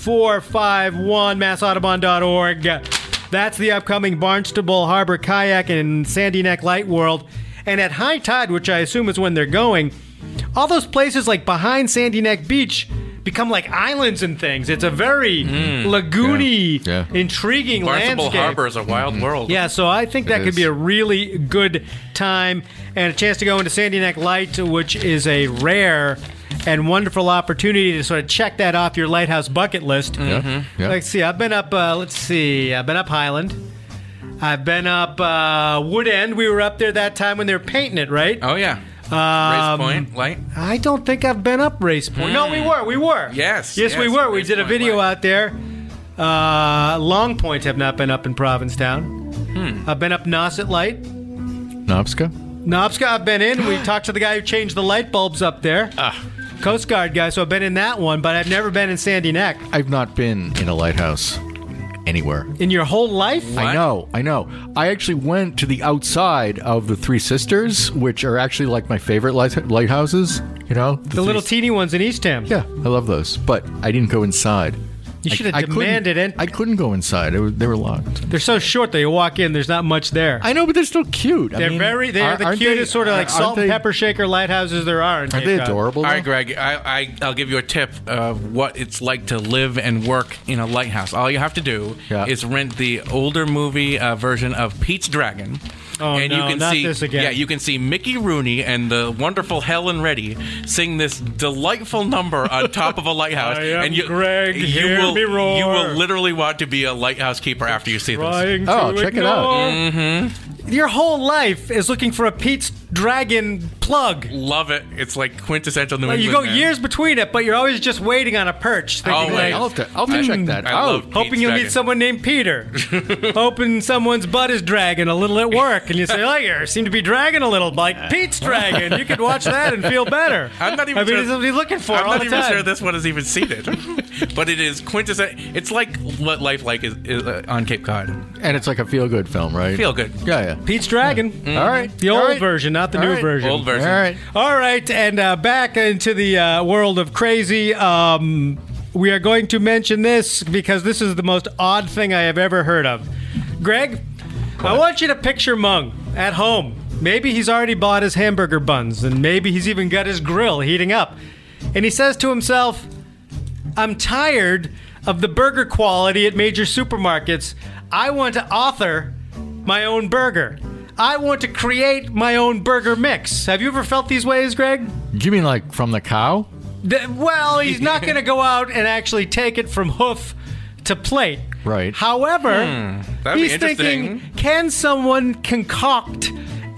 Speaker 1: 508-362-8451, massaudubon.org. That's the upcoming Barnstable Harbor Kayak and Sandy Neck Light World. And at high tide, which I assume is when they're going, all those places like behind Sandy Neck Beach become like islands and things. It's a very lagoony,
Speaker 3: Mm. Yeah. Yeah.
Speaker 1: intriguing
Speaker 2: Barnstable
Speaker 1: landscape.
Speaker 2: Harbor is a
Speaker 3: Mm-hmm.
Speaker 2: wild world.
Speaker 1: Yeah, so I think that
Speaker 3: It
Speaker 1: could be
Speaker 3: is.
Speaker 1: a really good time and a chance to go into Sandy Neck Light, which is a rare and wonderful opportunity to sort of check that off your lighthouse bucket list.
Speaker 3: Yeah.
Speaker 1: Let's see. I've been up. Uh, let's see. I've been up Highland. I've been up uh, Wood End. We were up there that time when they were painting it, right?
Speaker 2: Oh yeah.
Speaker 3: Um,
Speaker 2: Race Point Light.
Speaker 1: I don't think I've been up Race Point. No, we were. We were.
Speaker 2: Yes,
Speaker 1: Yes, we
Speaker 2: yes,
Speaker 1: were. we
Speaker 2: Race
Speaker 1: did a
Speaker 2: Point
Speaker 1: video
Speaker 2: Light.
Speaker 1: out there. Uh, Long Point have not been up in Provincetown.
Speaker 2: Hmm.
Speaker 1: I've been up Nauset Light.
Speaker 3: Nobska.
Speaker 1: Nobska, I've been in. We talked to the guy who changed the light bulbs up there.
Speaker 2: Ah.
Speaker 1: Coast Guard guy, so I've been in that one, but I've never been in Sandy Neck.
Speaker 3: I've not been in a lighthouse anywhere.
Speaker 1: In your whole life?
Speaker 3: I
Speaker 2: What?
Speaker 3: know, I know. I actually went to the outside of the Three Sisters, which are actually like my favorite light- lighthouses. You know,
Speaker 1: The
Speaker 3: Three-
Speaker 1: little teeny ones in Eastham.
Speaker 3: yeah, I love those, but I didn't go inside.
Speaker 1: You
Speaker 3: I-
Speaker 1: should
Speaker 3: I
Speaker 1: have
Speaker 3: couldn't-
Speaker 1: demanded it.
Speaker 3: I couldn't go inside. It was, they were locked.
Speaker 1: They're so short that you walk in, there's not much there.
Speaker 3: I know, but they're still cute. I
Speaker 1: they're
Speaker 3: mean,
Speaker 1: very, they're
Speaker 3: are-
Speaker 1: the
Speaker 3: aren't they-
Speaker 1: cutest sort of like
Speaker 3: aren't
Speaker 1: salt
Speaker 3: they-
Speaker 1: and pepper shaker lighthouses there are. In
Speaker 3: Aren't
Speaker 1: Cape
Speaker 3: they
Speaker 1: Cod.
Speaker 3: adorable?
Speaker 2: All right,
Speaker 3: though?
Speaker 2: Greg. I, I I'll give you a tip of what it's like to live and work in a lighthouse. All you have to do
Speaker 3: Yeah.
Speaker 2: is rent the older movie uh, version of Pete's Dragon.
Speaker 1: Oh,
Speaker 2: and
Speaker 1: no,
Speaker 2: you can
Speaker 1: not
Speaker 2: see,
Speaker 1: this again.
Speaker 2: Yeah, you can see Mickey Rooney and the wonderful Helen Reddy sing this delightful number on top of a lighthouse.
Speaker 1: I am
Speaker 2: and you,
Speaker 1: Greg,
Speaker 2: you
Speaker 1: hear
Speaker 2: will,
Speaker 1: me roar.
Speaker 2: You will literally want to be a lighthouse keeper after you see Mm-hmm. this.
Speaker 1: Trying
Speaker 3: Oh,
Speaker 1: to
Speaker 3: check it out.
Speaker 1: ignore. Your whole life is looking for a Pete's Dragon plug.
Speaker 2: Love it. It's like quintessential New
Speaker 1: Like,
Speaker 2: England.
Speaker 1: you go
Speaker 2: man.
Speaker 1: years between it, but you're always just waiting on a perch, thinking
Speaker 2: Always.
Speaker 1: like,
Speaker 3: I'll have to, I'll have to
Speaker 1: Mm.
Speaker 3: check that
Speaker 2: I
Speaker 3: out.
Speaker 2: love Pete's
Speaker 1: hoping you'll
Speaker 2: Dragon.
Speaker 1: meet someone named Peter, hoping someone's butt is dragging a little at work, and you say, "Oh, you seem to be dragging a little, like Pete's dragging." You could watch that and feel better.
Speaker 2: I'm not even
Speaker 1: I mean,
Speaker 2: sure-
Speaker 1: it's what he's looking for
Speaker 2: I'm
Speaker 1: all
Speaker 2: not
Speaker 1: the
Speaker 2: even
Speaker 1: time.
Speaker 2: sure this one has even seen it, but it is quintessential. It's like what life like is, is uh, on Cape Cod.
Speaker 3: And it's like a feel good film, right?
Speaker 2: Feel good.
Speaker 3: Yeah, yeah.
Speaker 1: Pete's dragon.
Speaker 2: Mm.
Speaker 3: All right.
Speaker 1: The
Speaker 3: All
Speaker 1: old
Speaker 3: right.
Speaker 1: version, not the
Speaker 3: All
Speaker 1: new
Speaker 3: right.
Speaker 1: version.
Speaker 2: Old version.
Speaker 3: All right.
Speaker 1: All right, and uh, back into the uh, world of crazy. Um, we are going to mention this because this is the most odd thing I have ever heard of. Greg, I want you to picture Mung at home. Maybe he's already bought his hamburger buns, and maybe he's even got his grill heating up. And he says to himself, I'm tired of the burger quality at major supermarkets. I want to author my own burger. I want to create my own burger mix. Have you ever felt these ways, Greg?
Speaker 3: Do you mean like from the cow?
Speaker 1: Th- well, he's not going to go out and actually take it from hoof to plate.
Speaker 3: Right.
Speaker 1: However,
Speaker 2: Hmm, that'd be
Speaker 1: he's thinking,
Speaker 2: interesting.
Speaker 1: can someone concoct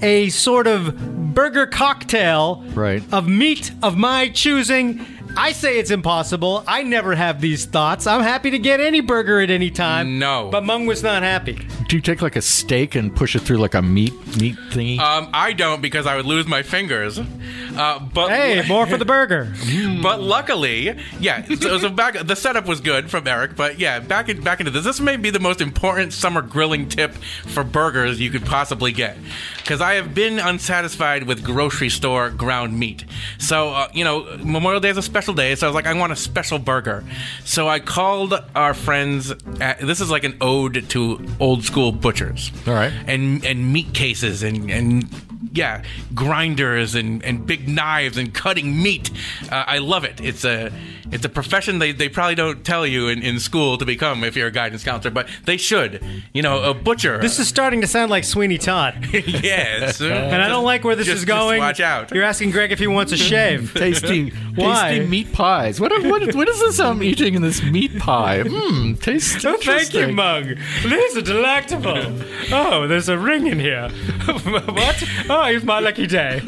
Speaker 1: a sort of burger cocktail
Speaker 3: Right.
Speaker 1: of meat of my choosing? I say it's impossible. I never have these thoughts. I'm happy to get any burger at any time.
Speaker 2: No.
Speaker 1: But Mung was not happy.
Speaker 3: Do you take like a steak and push it through like a meat meat thingy?
Speaker 1: Uh,
Speaker 2: Um, I don't because I would lose my fingers. Uh, but
Speaker 1: Hey, more for the burger.
Speaker 2: but luckily, yeah. So, so back the setup was good from Eric, but yeah, back in, back into this. This may be the most important summer grilling tip for burgers you could possibly get, because I have been unsatisfied with grocery store ground meat. So uh, you know, Memorial Day is a special day, so I was like, I want a special burger. So I called our friends. At, this is like an ode to old school butchers.
Speaker 3: All right.
Speaker 2: and and meat cases and and yeah, grinders and, and big knives and cutting meat. Uh, I love it. It's a it's a profession they, they probably don't tell you in, in school to become if you're a guidance counselor, but they should. You know, a butcher.
Speaker 1: This is starting to sound like Sweeney Todd.
Speaker 2: yes.
Speaker 1: And I don't like where this
Speaker 2: just-
Speaker 1: is going.
Speaker 2: Just watch out.
Speaker 1: You're asking Greg if he wants a shave.
Speaker 3: tasty,
Speaker 1: Why?
Speaker 3: tasty meat pies. What, what, what is this I'm eating in this meat pie? Mmm, tasty.
Speaker 1: Oh, thank you, Mug. These are delectable. Oh, there's a ring in here. what? Oh, it's my lucky day.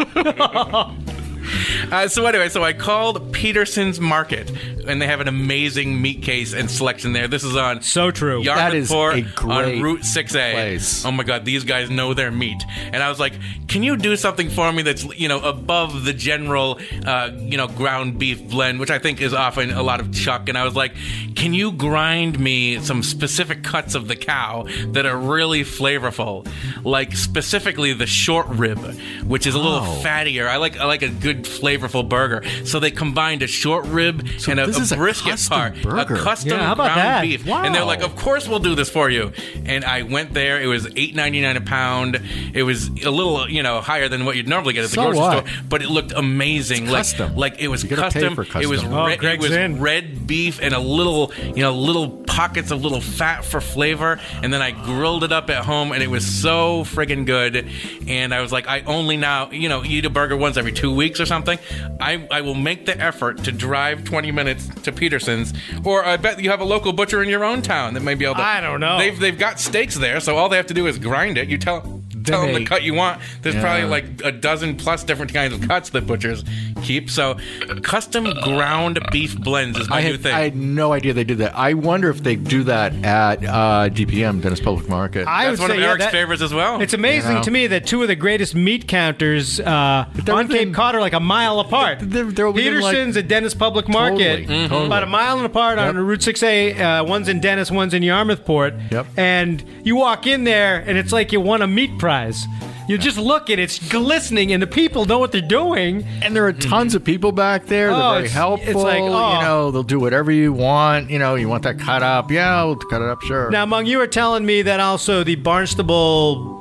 Speaker 2: Uh, so anyway, so I called Peterson's Market, and they have an amazing meat case and selection there. This is on
Speaker 1: So true.
Speaker 2: Yarmouth
Speaker 3: That is
Speaker 2: Port
Speaker 3: a great
Speaker 2: on Route 6A.
Speaker 3: place.
Speaker 2: Oh my god, these guys know their meat. And I was like, "Can you do something for me that's, you know, above the general uh, you know, ground beef blend, which I think is often a lot of chuck." And I was like, "Can you grind me some specific cuts of the cow that are really flavorful? Like specifically the short rib, which is a little
Speaker 3: Oh.
Speaker 2: fattier. I like I like a good flavorful burger." So they combined a short rib and a,
Speaker 3: this
Speaker 2: a
Speaker 3: is a
Speaker 2: brisket
Speaker 3: custom
Speaker 2: part,
Speaker 3: burger.
Speaker 2: a custom
Speaker 1: Yeah, how about
Speaker 2: ground
Speaker 1: that?
Speaker 2: beef. And they're
Speaker 3: Wow.
Speaker 2: like, "Of course we'll do this for you." And I went there. It was eight ninety nine a pound. It was a little, you know, higher than what you'd normally get at the
Speaker 3: So
Speaker 2: grocery
Speaker 3: what?
Speaker 2: store, but it looked amazing.
Speaker 3: It's
Speaker 2: like,
Speaker 3: custom.
Speaker 2: like it was
Speaker 3: You gotta pay
Speaker 2: custom.
Speaker 3: for
Speaker 2: It was,
Speaker 3: custom.
Speaker 1: Oh,
Speaker 2: red, it
Speaker 1: Greg's
Speaker 2: was
Speaker 1: in.
Speaker 2: red beef and a little, you know, little pockets of little fat for flavor. And then I grilled it up at home, and it was so friggin' good. And I was like, I only now, you know, eat a burger once every two weeks or something. I, I will make the effort to drive 20 minutes to Peterson's, or I bet you have a local butcher in your own town that may be able to.
Speaker 1: I don't know.
Speaker 2: They've they've got steaks there, so all they have to do is grind it. You tell. Tell them
Speaker 3: they-
Speaker 2: the cut you want. There's probably
Speaker 3: Yeah.
Speaker 2: like a dozen plus different kinds of cuts that butchers keep. So, custom ground beef blends is my
Speaker 3: I
Speaker 2: new
Speaker 3: had,
Speaker 2: thing.
Speaker 3: I had no idea they did that. I wonder if they do that at uh, DPM, Dennis Public Market.
Speaker 1: I
Speaker 2: That's
Speaker 1: would
Speaker 2: one
Speaker 1: say
Speaker 2: of
Speaker 1: yeah,
Speaker 2: Eric's
Speaker 1: that-
Speaker 2: favorites as well.
Speaker 1: It's amazing
Speaker 3: You know.
Speaker 1: to me that two of the greatest meat counters uh,
Speaker 3: they're
Speaker 1: on
Speaker 3: within-
Speaker 1: Cape Cod are like a mile apart.
Speaker 3: They're- they're within, like-
Speaker 1: Peterson's at Dennis Public Market,
Speaker 3: Totally, Mhm.
Speaker 2: Mm-hmm.
Speaker 3: totally.
Speaker 1: about a mile and apart on
Speaker 3: Yep.
Speaker 1: Route 6A. Uh, one's in Dennis, one's in Yarmouthport.
Speaker 3: Yep.
Speaker 1: And you walk in there, and it's like you won a meat prize. You just look, and it's glistening, and the people know what they're doing.
Speaker 3: and there are tons of people back there. They're
Speaker 1: Oh,
Speaker 3: very
Speaker 1: it's-
Speaker 3: helpful.
Speaker 1: it's like, oh.
Speaker 3: You know, they'll do whatever you want. You know, you want that cut up? Yeah, we'll cut it up. Sure.
Speaker 1: Now, Mung, you were telling me that also the Barnstable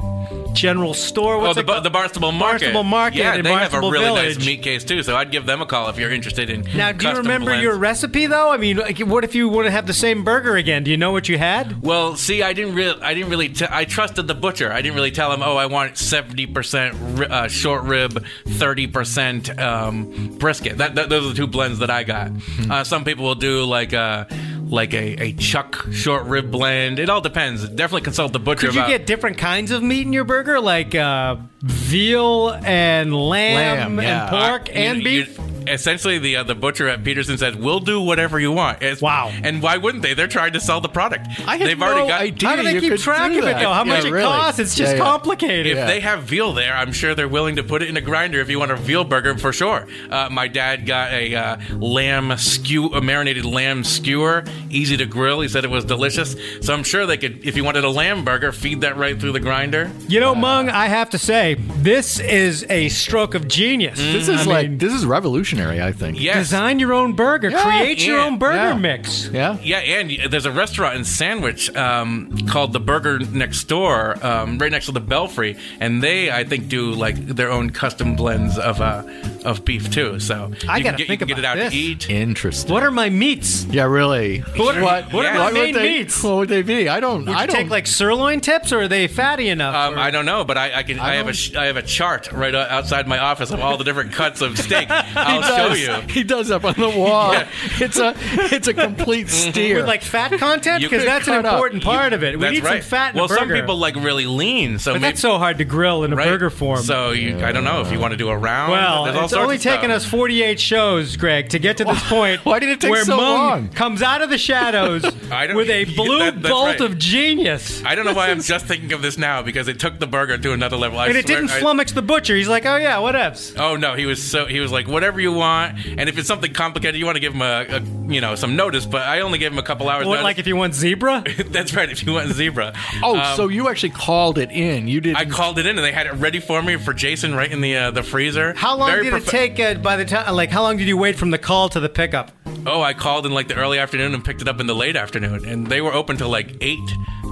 Speaker 1: General Store.
Speaker 2: Oh,
Speaker 1: What's
Speaker 2: the,
Speaker 1: it
Speaker 2: Bar-
Speaker 1: called?
Speaker 2: the Barnstable Market.
Speaker 1: Barnstable Market
Speaker 2: Yeah,
Speaker 1: in
Speaker 2: they have
Speaker 1: Barnstable
Speaker 2: a really
Speaker 1: Village.
Speaker 2: nice meat case too. So I'd give them a call if you're interested in.
Speaker 1: Now, do you
Speaker 2: custom
Speaker 1: remember
Speaker 2: blends.
Speaker 1: your recipe though? I mean, like, what if you want to have the same burger again? Do you know what you had?
Speaker 2: Well, see, I didn't really, I didn't really, t- I trusted the butcher. I didn't really tell him, oh, I want seventy percent ri- uh, short rib, thirty percent
Speaker 3: Hmm.
Speaker 2: um, brisket. That, that those are the two blends that I got. Uh, some people will do like uh, like a, a chuck short rib blend. It all depends. Definitely consult the butcher.
Speaker 1: Could you
Speaker 2: about-
Speaker 1: get different kinds of meat in your burger, like uh, veal and lamb,
Speaker 3: Lamb,
Speaker 1: and
Speaker 3: yeah.
Speaker 1: pork
Speaker 2: I- you-
Speaker 1: and
Speaker 2: you-
Speaker 1: beef?
Speaker 2: essentially, the uh, the butcher at Peterson said, "We'll do whatever you want." It's-
Speaker 1: Wow.
Speaker 2: And why wouldn't they? They're trying to sell the product.
Speaker 3: I had
Speaker 2: They've
Speaker 3: no
Speaker 2: already got.
Speaker 3: idea.
Speaker 1: How do they
Speaker 3: you
Speaker 1: keep
Speaker 3: could
Speaker 1: track
Speaker 3: do
Speaker 1: of it
Speaker 3: that.
Speaker 1: though? How
Speaker 3: Yeah,
Speaker 1: much it
Speaker 3: really.
Speaker 1: costs? It's just
Speaker 3: Yeah, yeah.
Speaker 1: complicated.
Speaker 2: If they have veal there, I'm sure they're willing to put it in a grinder if you want a veal burger for sure. Uh, my dad got a uh, lamb skew, a marinated lamb skewer, easy to grill. He said it was delicious, so I'm sure they could, if you wanted a lamb burger, feed that right through the grinder.
Speaker 1: You know, Mung, I have to say, this is a stroke of genius.
Speaker 3: This is like this is revolutionary. I think.
Speaker 2: Mm, Yes.
Speaker 1: Design your own burger.
Speaker 3: Yeah.
Speaker 1: Create your
Speaker 2: Yeah.
Speaker 1: own burger
Speaker 3: Yeah.
Speaker 1: mix.
Speaker 3: Yeah.
Speaker 2: Yeah, and there's a restaurant in Sandwich um, called The Burger Next Door, um, right next to the Belfry, and they, I think, do like their own custom blends of uh, of beef too. So
Speaker 1: I gotta
Speaker 2: you can get,
Speaker 1: think
Speaker 2: you can get it
Speaker 1: about
Speaker 2: out
Speaker 1: this.
Speaker 2: to eat.
Speaker 3: Interesting.
Speaker 1: What are my meats?
Speaker 3: Yeah, really.
Speaker 1: What are- what are my
Speaker 3: would
Speaker 1: main
Speaker 3: they,
Speaker 1: meats?
Speaker 3: What would they be? I don't.
Speaker 1: Would
Speaker 3: I
Speaker 1: you
Speaker 3: don't
Speaker 1: take like sirloin tips, or are they fatty enough?
Speaker 2: Um,
Speaker 1: Or-
Speaker 2: I don't know, but I, I can. I, have a
Speaker 3: don't-
Speaker 2: sh- I have a chart right o- outside my office of all the different cuts of steak. I'll show
Speaker 3: does.
Speaker 2: you.
Speaker 3: He does up on the wall. It's a it's a complete steer.
Speaker 1: Mm-hmm. With like fat content,
Speaker 2: You
Speaker 1: because
Speaker 2: could
Speaker 1: that's an
Speaker 3: cut up.
Speaker 1: important part of it. We
Speaker 2: That's
Speaker 1: need
Speaker 2: right.
Speaker 1: some fat in
Speaker 2: well,
Speaker 1: a burger.
Speaker 2: some people like really lean, so
Speaker 1: but
Speaker 2: maybe,
Speaker 1: that's so hard to grill in a
Speaker 2: right?
Speaker 1: burger form.
Speaker 2: So you, I don't know if you want to do a round.
Speaker 1: Well,
Speaker 2: there's all
Speaker 1: it's
Speaker 2: sorts
Speaker 1: only
Speaker 2: of stuff.
Speaker 1: taken us 48 shows, Greg, to get to this point.
Speaker 3: why did it take
Speaker 1: where
Speaker 3: so
Speaker 1: Mung
Speaker 3: long?
Speaker 1: comes out of the shadows
Speaker 2: I don't-
Speaker 1: with a blue
Speaker 2: That- that's
Speaker 1: bolt
Speaker 2: right.
Speaker 1: of genius.
Speaker 2: I don't know why I'm just thinking of this now because it took the burger to another level. I
Speaker 1: and it
Speaker 2: swear-
Speaker 1: didn't
Speaker 2: I-
Speaker 1: flummox the butcher. He's like, oh, yeah, what else?
Speaker 2: Oh no, he was so he was like whatever you want, and if it's something complicated, you want to give him a, a you know some notice. But I only gave him a couple hours.
Speaker 1: What,
Speaker 2: notice.
Speaker 1: like if you want zebra?
Speaker 2: that's right. If you want zebra,
Speaker 3: oh,
Speaker 2: Um,
Speaker 3: so you actually called it in. You did.
Speaker 2: I called it in and they had it ready for me for Jason right in the uh, the freezer.
Speaker 1: How long
Speaker 2: Very
Speaker 1: did it
Speaker 2: profe-
Speaker 1: take uh, by the time, like, how long did you wait from the call to the pickup?
Speaker 2: Oh, I called in like the early afternoon and picked it up in the late afternoon, and they were open till like eight,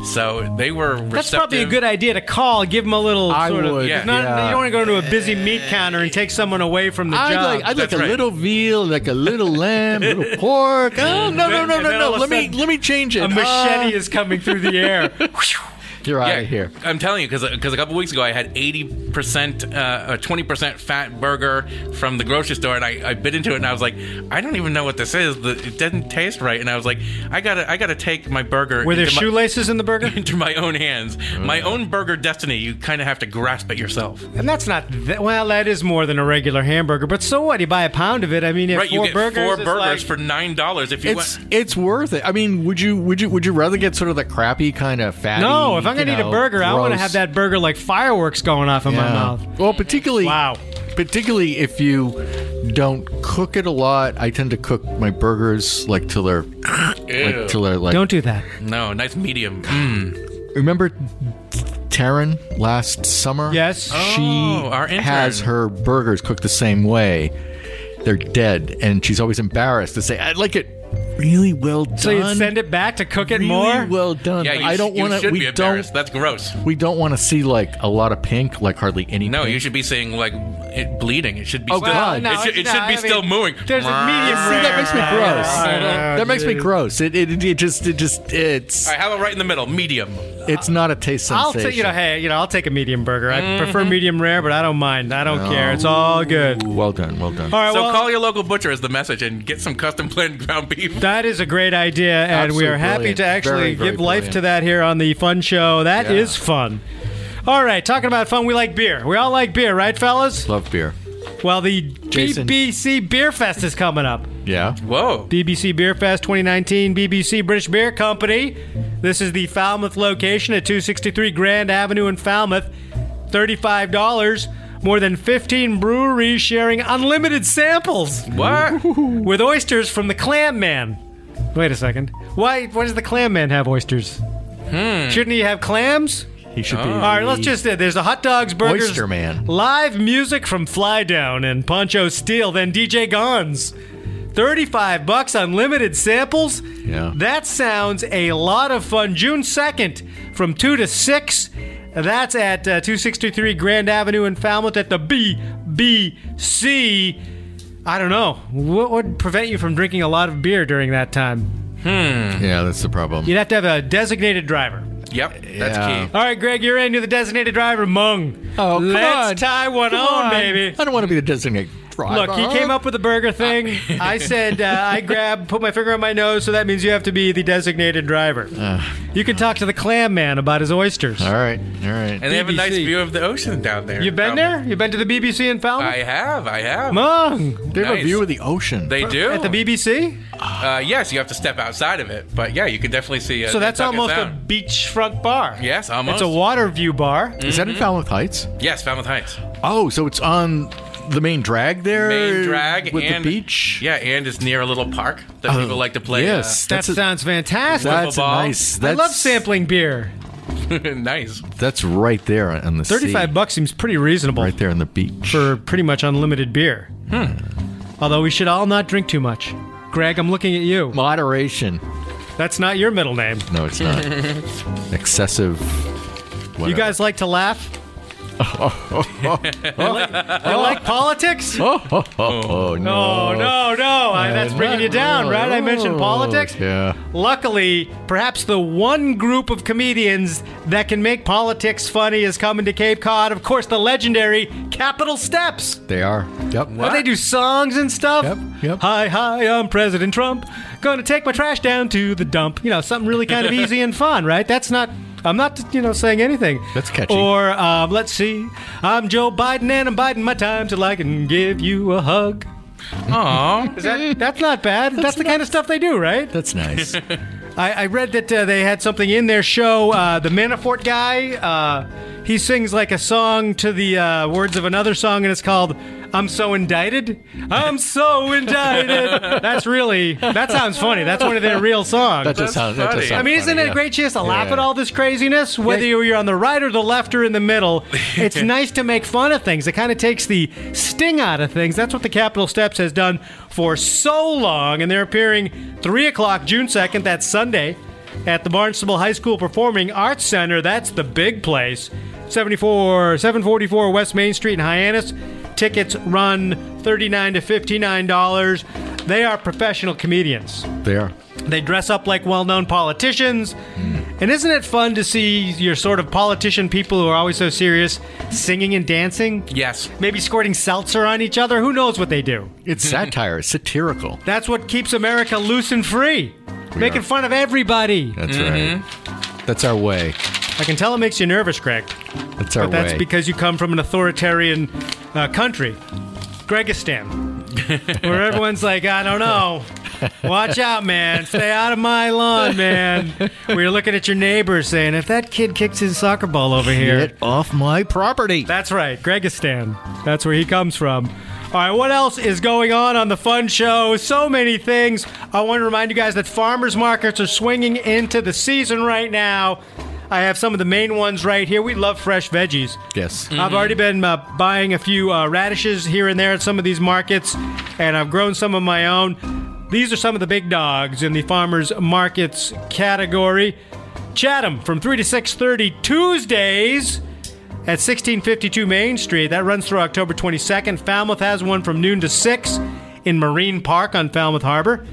Speaker 2: so they were. Receptive.
Speaker 1: That's probably a good idea to call, give them a little
Speaker 3: I
Speaker 1: sort of.
Speaker 3: would,
Speaker 1: it's not-
Speaker 3: yeah.
Speaker 1: You don't want to go to a busy meat counter and take someone away from the
Speaker 3: I'd
Speaker 1: job.
Speaker 3: like, I'd like
Speaker 2: That's
Speaker 3: a
Speaker 2: right.
Speaker 3: little veal, like a little lamb, little pork. Oh, no, no,
Speaker 2: Then-
Speaker 3: no,
Speaker 2: and
Speaker 3: no,
Speaker 2: then
Speaker 3: no.
Speaker 2: all of a
Speaker 3: Let me
Speaker 2: sudden,
Speaker 3: let me change it.
Speaker 1: Mm-hmm. a
Speaker 3: uh,
Speaker 1: machete is coming through the air.
Speaker 3: is. You're out of here.
Speaker 2: I'm telling you, because a couple weeks ago I had 80%, uh, or 20% fat burger from the grocery store, and I, I bit into it, and I was like, I don't even know what this is. The- It doesn't taste right, and I was like, I gotta, I gotta take my burger.
Speaker 1: Were there
Speaker 2: into my-
Speaker 1: shoelaces Mm. in the burger?
Speaker 2: into my own hands, my own burger destiny. You kind of have to grasp it yourself.
Speaker 1: And that's not th- well. That is more than a regular hamburger. But so what? You buy a pound of it. I mean, you have
Speaker 2: Right, you
Speaker 1: four
Speaker 2: get
Speaker 1: burgers.
Speaker 2: four
Speaker 1: it's
Speaker 2: burgers
Speaker 1: like-
Speaker 2: for nine dollars if you
Speaker 3: It's
Speaker 2: want.
Speaker 3: it's worth it. I mean, would you would you would you rather get sort of the crappy kind of fatty?
Speaker 1: no, if I'm
Speaker 3: you
Speaker 1: gonna eat a
Speaker 3: know,
Speaker 1: burger, I want to
Speaker 3: gross-
Speaker 1: have that burger like fireworks going off in my
Speaker 3: Yeah.
Speaker 1: mouth.
Speaker 3: Well, particularly
Speaker 1: Wow.
Speaker 3: particularly if you don't cook it a lot. I tend to cook my burgers like till they're like till they're like.
Speaker 1: Don't do that.
Speaker 2: No, nice medium. Mm.
Speaker 3: remember Taryn last summer?
Speaker 1: Yes.
Speaker 3: she
Speaker 2: Oh, our intern.
Speaker 3: has her burgers cooked the same way. They're dead, and she's always embarrassed to say, "I'd like it really well done."
Speaker 1: So you send it back to cook it
Speaker 3: really
Speaker 1: more.
Speaker 3: well done.
Speaker 2: Yeah,
Speaker 3: but
Speaker 2: you,
Speaker 3: I don't
Speaker 2: you
Speaker 3: want to.
Speaker 2: should be
Speaker 3: We don't.
Speaker 2: embarrassed. That's gross.
Speaker 3: We don't want to see like a lot of pink, like hardly any.
Speaker 2: No,
Speaker 3: pink.
Speaker 2: you should be seeing like it bleeding. It should be.
Speaker 3: Oh,
Speaker 2: still,
Speaker 3: God.
Speaker 2: It should, it
Speaker 1: no,
Speaker 2: should be
Speaker 1: I
Speaker 2: still
Speaker 1: mean,
Speaker 2: mooing.
Speaker 1: There's a medium
Speaker 3: See, that
Speaker 1: rare.
Speaker 3: makes me gross.
Speaker 1: I don't know,
Speaker 3: that makes me
Speaker 1: dude.
Speaker 3: gross. It, it, it just it just it's
Speaker 2: All right, how about right in the middle, medium?
Speaker 3: it's not a taste
Speaker 1: I'll
Speaker 3: sensation. Mm-hmm.
Speaker 1: take you know, hey, you know, I'll take a medium burger. I prefer medium rare, but I don't mind. I don't care. It's
Speaker 3: Oh.
Speaker 1: all good. All
Speaker 3: well done, well done.
Speaker 1: right,
Speaker 2: So
Speaker 1: well,
Speaker 2: call your local butcher is the message and get some custom blend ground beef.
Speaker 1: That is a great idea, and we are
Speaker 3: Absolutely
Speaker 1: happy
Speaker 3: brilliant.
Speaker 1: to actually
Speaker 3: Very, very
Speaker 1: give life
Speaker 3: brilliant.
Speaker 1: to that here on the Fun Show. That is
Speaker 3: Yeah.
Speaker 1: fun. All right, talking about fun, we like beer. We all like beer, right, fellas?
Speaker 3: Love beer.
Speaker 1: Well, the
Speaker 3: Jason.
Speaker 1: BBC Beer Fest is coming up.
Speaker 3: Yeah.
Speaker 2: Whoa.
Speaker 1: BBC Beer Fest 2019, BBC British Beer Company. This is the Falmouth location at 263 Grand Avenue in Falmouth. $35. More than 15 breweries sharing unlimited samples
Speaker 2: What?
Speaker 1: with oysters from the Clam Man. Wait a second. Why? Why does the Clam Man have oysters? Shouldn't he have clams?
Speaker 3: He should be.
Speaker 1: All right, let's just. There's the hot dogs, burgers,
Speaker 3: Oyster Man.
Speaker 1: live music from Fly Down and Poncho Steel, then DJ Gons. Thirty-five bucks, unlimited samples.
Speaker 3: Yeah.
Speaker 1: that sounds a lot of fun. June second, from two to six. That's at uh, 263 Grand Avenue in Falmouth at the BBC. I don't know. What would prevent you from drinking a lot of beer during that time?
Speaker 3: Yeah, that's the problem.
Speaker 1: You'd have to have a designated driver.
Speaker 2: Yep, that's
Speaker 3: Yeah.
Speaker 2: key.
Speaker 1: All right, Greg, you're in. You're the designated driver, Mung.
Speaker 3: Oh, come
Speaker 1: Let's
Speaker 3: on.
Speaker 1: tie one
Speaker 3: Come
Speaker 1: on,
Speaker 3: on.
Speaker 1: baby.
Speaker 3: I don't want to be the designated try.
Speaker 1: Look, he
Speaker 3: that.
Speaker 1: came up with the burger thing. I said uh, I grabbed, put my finger on my nose, so that means you have to be the designated driver. you can talk to the clam man about his oysters.
Speaker 3: Uh, All right, all right.
Speaker 2: And they have a nice
Speaker 1: BBC.
Speaker 2: view of the ocean down there.
Speaker 1: You've been
Speaker 2: Um,
Speaker 1: there? You've been to the BBC in
Speaker 2: I
Speaker 1: Falmouth?
Speaker 2: have. I have.
Speaker 1: Mung
Speaker 3: They have
Speaker 2: nice.
Speaker 3: a view of the ocean.
Speaker 2: They do.
Speaker 1: at the BBC.
Speaker 2: Uh, yes, you have to step outside of it, but yeah, you can definitely see. Uh,
Speaker 1: So that's
Speaker 2: Nantucket
Speaker 1: almost a
Speaker 2: Sound.
Speaker 1: beachfront bar.
Speaker 2: Yes, almost.
Speaker 1: It's a water view bar.
Speaker 3: Is that in
Speaker 2: Mm-hmm.
Speaker 3: Falmouth Heights?
Speaker 2: yes, Falmouth Heights.
Speaker 3: Oh, so it's on the main drag there.
Speaker 2: Main drag
Speaker 3: with
Speaker 2: and
Speaker 3: the beach.
Speaker 2: Yeah, and it's near a little park that people like to play.
Speaker 3: Yes,
Speaker 1: That
Speaker 3: that's a,
Speaker 1: sounds fantastic.
Speaker 3: that's a
Speaker 2: ball.
Speaker 3: nice.
Speaker 1: I
Speaker 3: That's,
Speaker 1: love sampling beer.
Speaker 2: uh, nice.
Speaker 3: That's right there on the sea,
Speaker 1: 35 bucks seems pretty reasonable
Speaker 3: Right there on the beach.
Speaker 1: for pretty much unlimited beer. Although we should all not drink too much. Greg, I'm looking at you.
Speaker 3: moderation.
Speaker 1: That's not your middle name.
Speaker 3: No, it's not excessive. Uh,
Speaker 1: You guys like to laugh? you like, you
Speaker 3: uh,
Speaker 1: like politics? Oh,
Speaker 3: Oh
Speaker 1: no, no. I- that's bringing you down, right? I mentioned politics.
Speaker 3: Oh, Yeah.
Speaker 1: Luckily, perhaps the one group of comedians that can make politics funny is coming to Cape Cod. Of course, the legendary Capital Steps.
Speaker 3: They are. Yep.
Speaker 1: Oh, they do songs and stuff.
Speaker 3: Yep, yep.
Speaker 1: Hi, hi, I'm President Trump. Gonna take my trash down to the dump. You know, something really kind of easy and fun, right? That's not. I'm not, you know, saying anything.
Speaker 3: That's catchy.
Speaker 1: Or um, let's see, I'm Joe Biden and I'm biding my time till I can give you a hug.
Speaker 2: Aw.
Speaker 1: Is that, that's not bad. That's, the kind of stuff they do, right?
Speaker 3: That's nice.
Speaker 1: I, I read that uh, they had something in their show. Uh, the Manafort guy, uh, he sings like a song to the uh, words of another song, and it's called "I'm So Indicted." I'm so indicted. That's really that sounds funny. That's one of their real songs.
Speaker 3: That does sound. That
Speaker 2: funny.
Speaker 3: does sound
Speaker 1: I mean, isn't
Speaker 3: funny,
Speaker 1: it a
Speaker 3: yeah.
Speaker 1: great chance to laugh
Speaker 3: yeah.
Speaker 1: at all this craziness? Whether you're on the right or the left or in the middle, it's nice to make fun of things. It kind of takes the sting out of things. That's what the Capitol Steps has done for so long, and they're appearing three o'clock June second. That's Sunday at the Barnstable High School Performing Arts Center. That's the big place. 74 744 West Main Street in Hyannis. Tickets run 39 to 59 dollars. They are professional comedians.
Speaker 3: They are.
Speaker 1: They dress up like well known politicians.
Speaker 3: Hmm.
Speaker 1: And isn't it fun to see your sort of politician people who are always so serious singing and dancing?
Speaker 2: yes.
Speaker 1: Maybe squirting seltzer on each other? Who knows what they do?
Speaker 3: It's satire. It's satirical.
Speaker 1: That's what keeps America loose and free.
Speaker 3: We
Speaker 1: Making
Speaker 3: are.
Speaker 1: fun of everybody.
Speaker 3: That's
Speaker 1: Mm-hmm.
Speaker 3: right. That's our way.
Speaker 1: I can tell it makes you nervous, Greg,
Speaker 3: That's our
Speaker 1: but that's
Speaker 3: way.
Speaker 1: because you come from an authoritarian uh, country, Gregistan, where everyone's like, I don't know. Watch out, man. Stay out of my lawn, man. We are looking at your neighbor saying, if that kid kicks his soccer ball over here.
Speaker 3: Get off my property.
Speaker 1: That's right, Gregistan. That's where he comes from. All right, what else is going on on the fun show? So many things. I want to remind you guys that farmers markets are swinging into the season right now. I have some of the main ones right here. We love fresh veggies.
Speaker 3: Yes.
Speaker 1: I've already been uh, buying a few uh, radishes here and there at some of these markets, and I've grown some of my own. These are some of the big dogs in the farmers markets category. Chatham from 3 to 6:30 Tuesdays at 1652 Main Street. That runs through October 22nd. Falmouth has one from noon to 6 in Marine Park on Falmouth Harbor.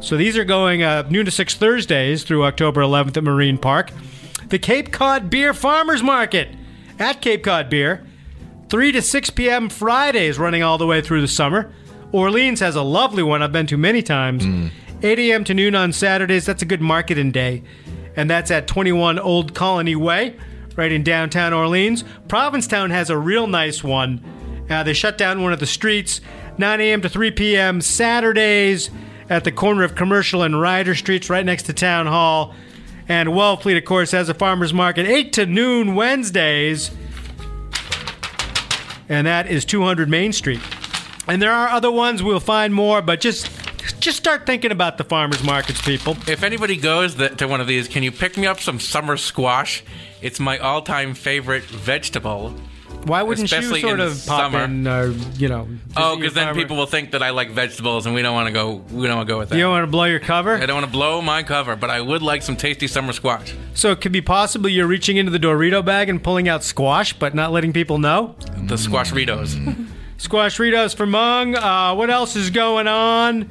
Speaker 1: So these are going uh, noon to 6 Thursdays through October 11th at Marine Park. The Cape Cod Beer Farmers Market at Cape Cod Beer, 3 to 6 p.m. Fridays, running all the way through the summer. Orleans has a lovely one I've been to many times. 8 a.m. to noon on Saturdays. That's a good marketing day. And that's at 21 Old Colony Way, right in downtown Orleans. Provincetown has a real nice one. Uh, they shut down one of the streets, 9 a.m. to 3 p.m. Saturdays at the corner of Commercial and Ryder Streets, right next to Town Hall. And Wellfleet, of course, has a farmers market, 8 to noon Wednesdays, and that is 200 Main Street. And there are other ones. We'll find more, but just just start thinking about the farmers markets, people.
Speaker 2: If anybody goes th- to one of these, can you pick me up some summer squash? It's my all-time favorite vegetable.
Speaker 1: Why wouldn't
Speaker 2: Especially
Speaker 1: you sort
Speaker 2: in
Speaker 1: of pop
Speaker 2: summer.
Speaker 1: in, or you know?
Speaker 2: Oh,
Speaker 1: visit your
Speaker 2: because then
Speaker 1: farmer-
Speaker 2: people will think that I like vegetables, and we don't want to go. We don't want to go with that.
Speaker 1: you don't want to blow your cover.
Speaker 2: I don't want to blow my cover, but I would like some tasty summer squash.
Speaker 1: So it could be possible you're reaching into the Dorito bag and pulling out squash, but not letting people know.
Speaker 2: The squash Ritos.
Speaker 1: Squash Ritos for Mung. Uh, what else is going on?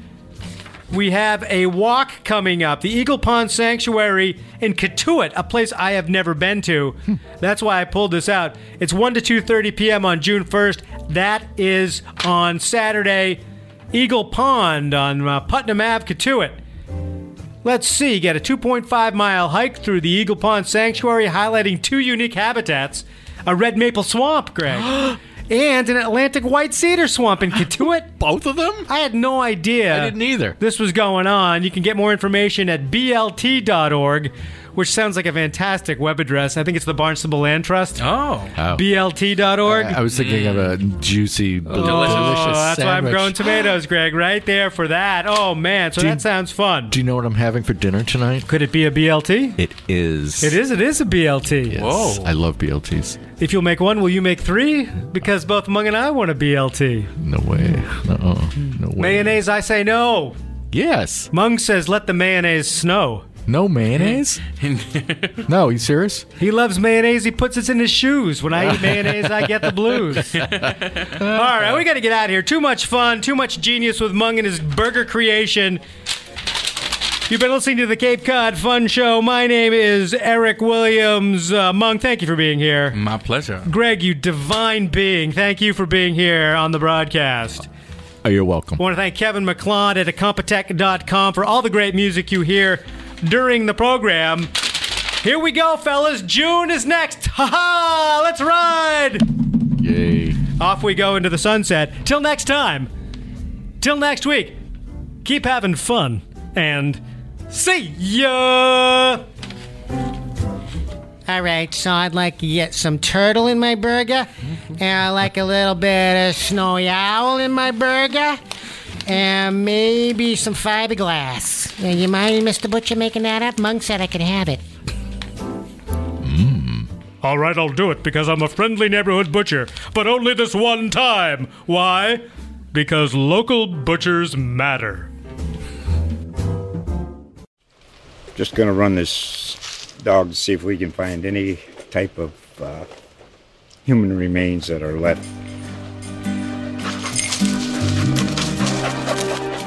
Speaker 1: We have a walk coming up. The Eagle Pond Sanctuary in Katuit, a place I have never been to. That's why I pulled this out. It's 1 to 2:30 p.m. on June 1st. That is on Saturday, Eagle Pond on uh, Putnam Ave, Katuitt. Let's see, get a 2.5 mile hike through the Eagle Pond Sanctuary, highlighting two unique habitats a red maple swamp, Greg, and an Atlantic white cedar swamp in Katuitt.
Speaker 3: Both of them?
Speaker 1: I had no idea.
Speaker 3: I didn't either.
Speaker 1: This was going on. You can get more information at BLT.org, which sounds like a fantastic web address. I think it's the Barnstable Land Trust.
Speaker 2: Oh.
Speaker 1: BLT.org.
Speaker 3: I was thinking of a juicy, delicious,
Speaker 1: Mm. Oh, that's why I'm
Speaker 3: sandwich.
Speaker 1: growing tomatoes, Greg, right there for that. Oh, man. So
Speaker 3: Do you-
Speaker 1: that sounds fun.
Speaker 3: Do you know what I'm having for dinner tonight?
Speaker 1: Could it be a BLT?
Speaker 3: It is.
Speaker 1: It is. It is a BLT.
Speaker 2: Whoa.
Speaker 3: I love BLTs.
Speaker 1: If you'll make one, will you make three? Because both Mung and I want a BLT.
Speaker 3: No way. No. No way.
Speaker 1: Mayonnaise, I say no.
Speaker 3: Yes.
Speaker 1: Mung says, let the mayonnaise snow.
Speaker 3: No mayonnaise? no, you serious?
Speaker 1: He loves mayonnaise. He puts it in his shoes. When I eat mayonnaise, I get the blues. All right, we got to get out of here. Too much fun, too much genius with Mung and his burger creation. You've been listening to the Cape Cod Fun Show. My name is Eric Williams. Uh, Mung, thank you for being here.
Speaker 2: My pleasure.
Speaker 1: Greg, you divine being, thank you for being here on the broadcast.
Speaker 3: Oh, you're welcome.
Speaker 1: I want to thank Kevin McClond at Acompetech.com for all the great music you hear during the program. Here we go, fellas. June is next. Ha ha! Let's ride!
Speaker 3: Yay.
Speaker 1: Off we go into the sunset. Till next time. Till next week. Keep having fun. And see ya!
Speaker 4: All right, so I'd like to get some turtle in my burger, and I like a little bit of snowy owl in my burger, and maybe some fiberglass. Uh, You mind, Mr. Butcher, making that up? Monk said I could have it.
Speaker 1: All right, I'll do it because I'm a friendly neighborhood butcher, but only this one time. Why? Because local butchers matter.
Speaker 5: Just going to run this dog to see if we can find any type of uh, human remains that are left.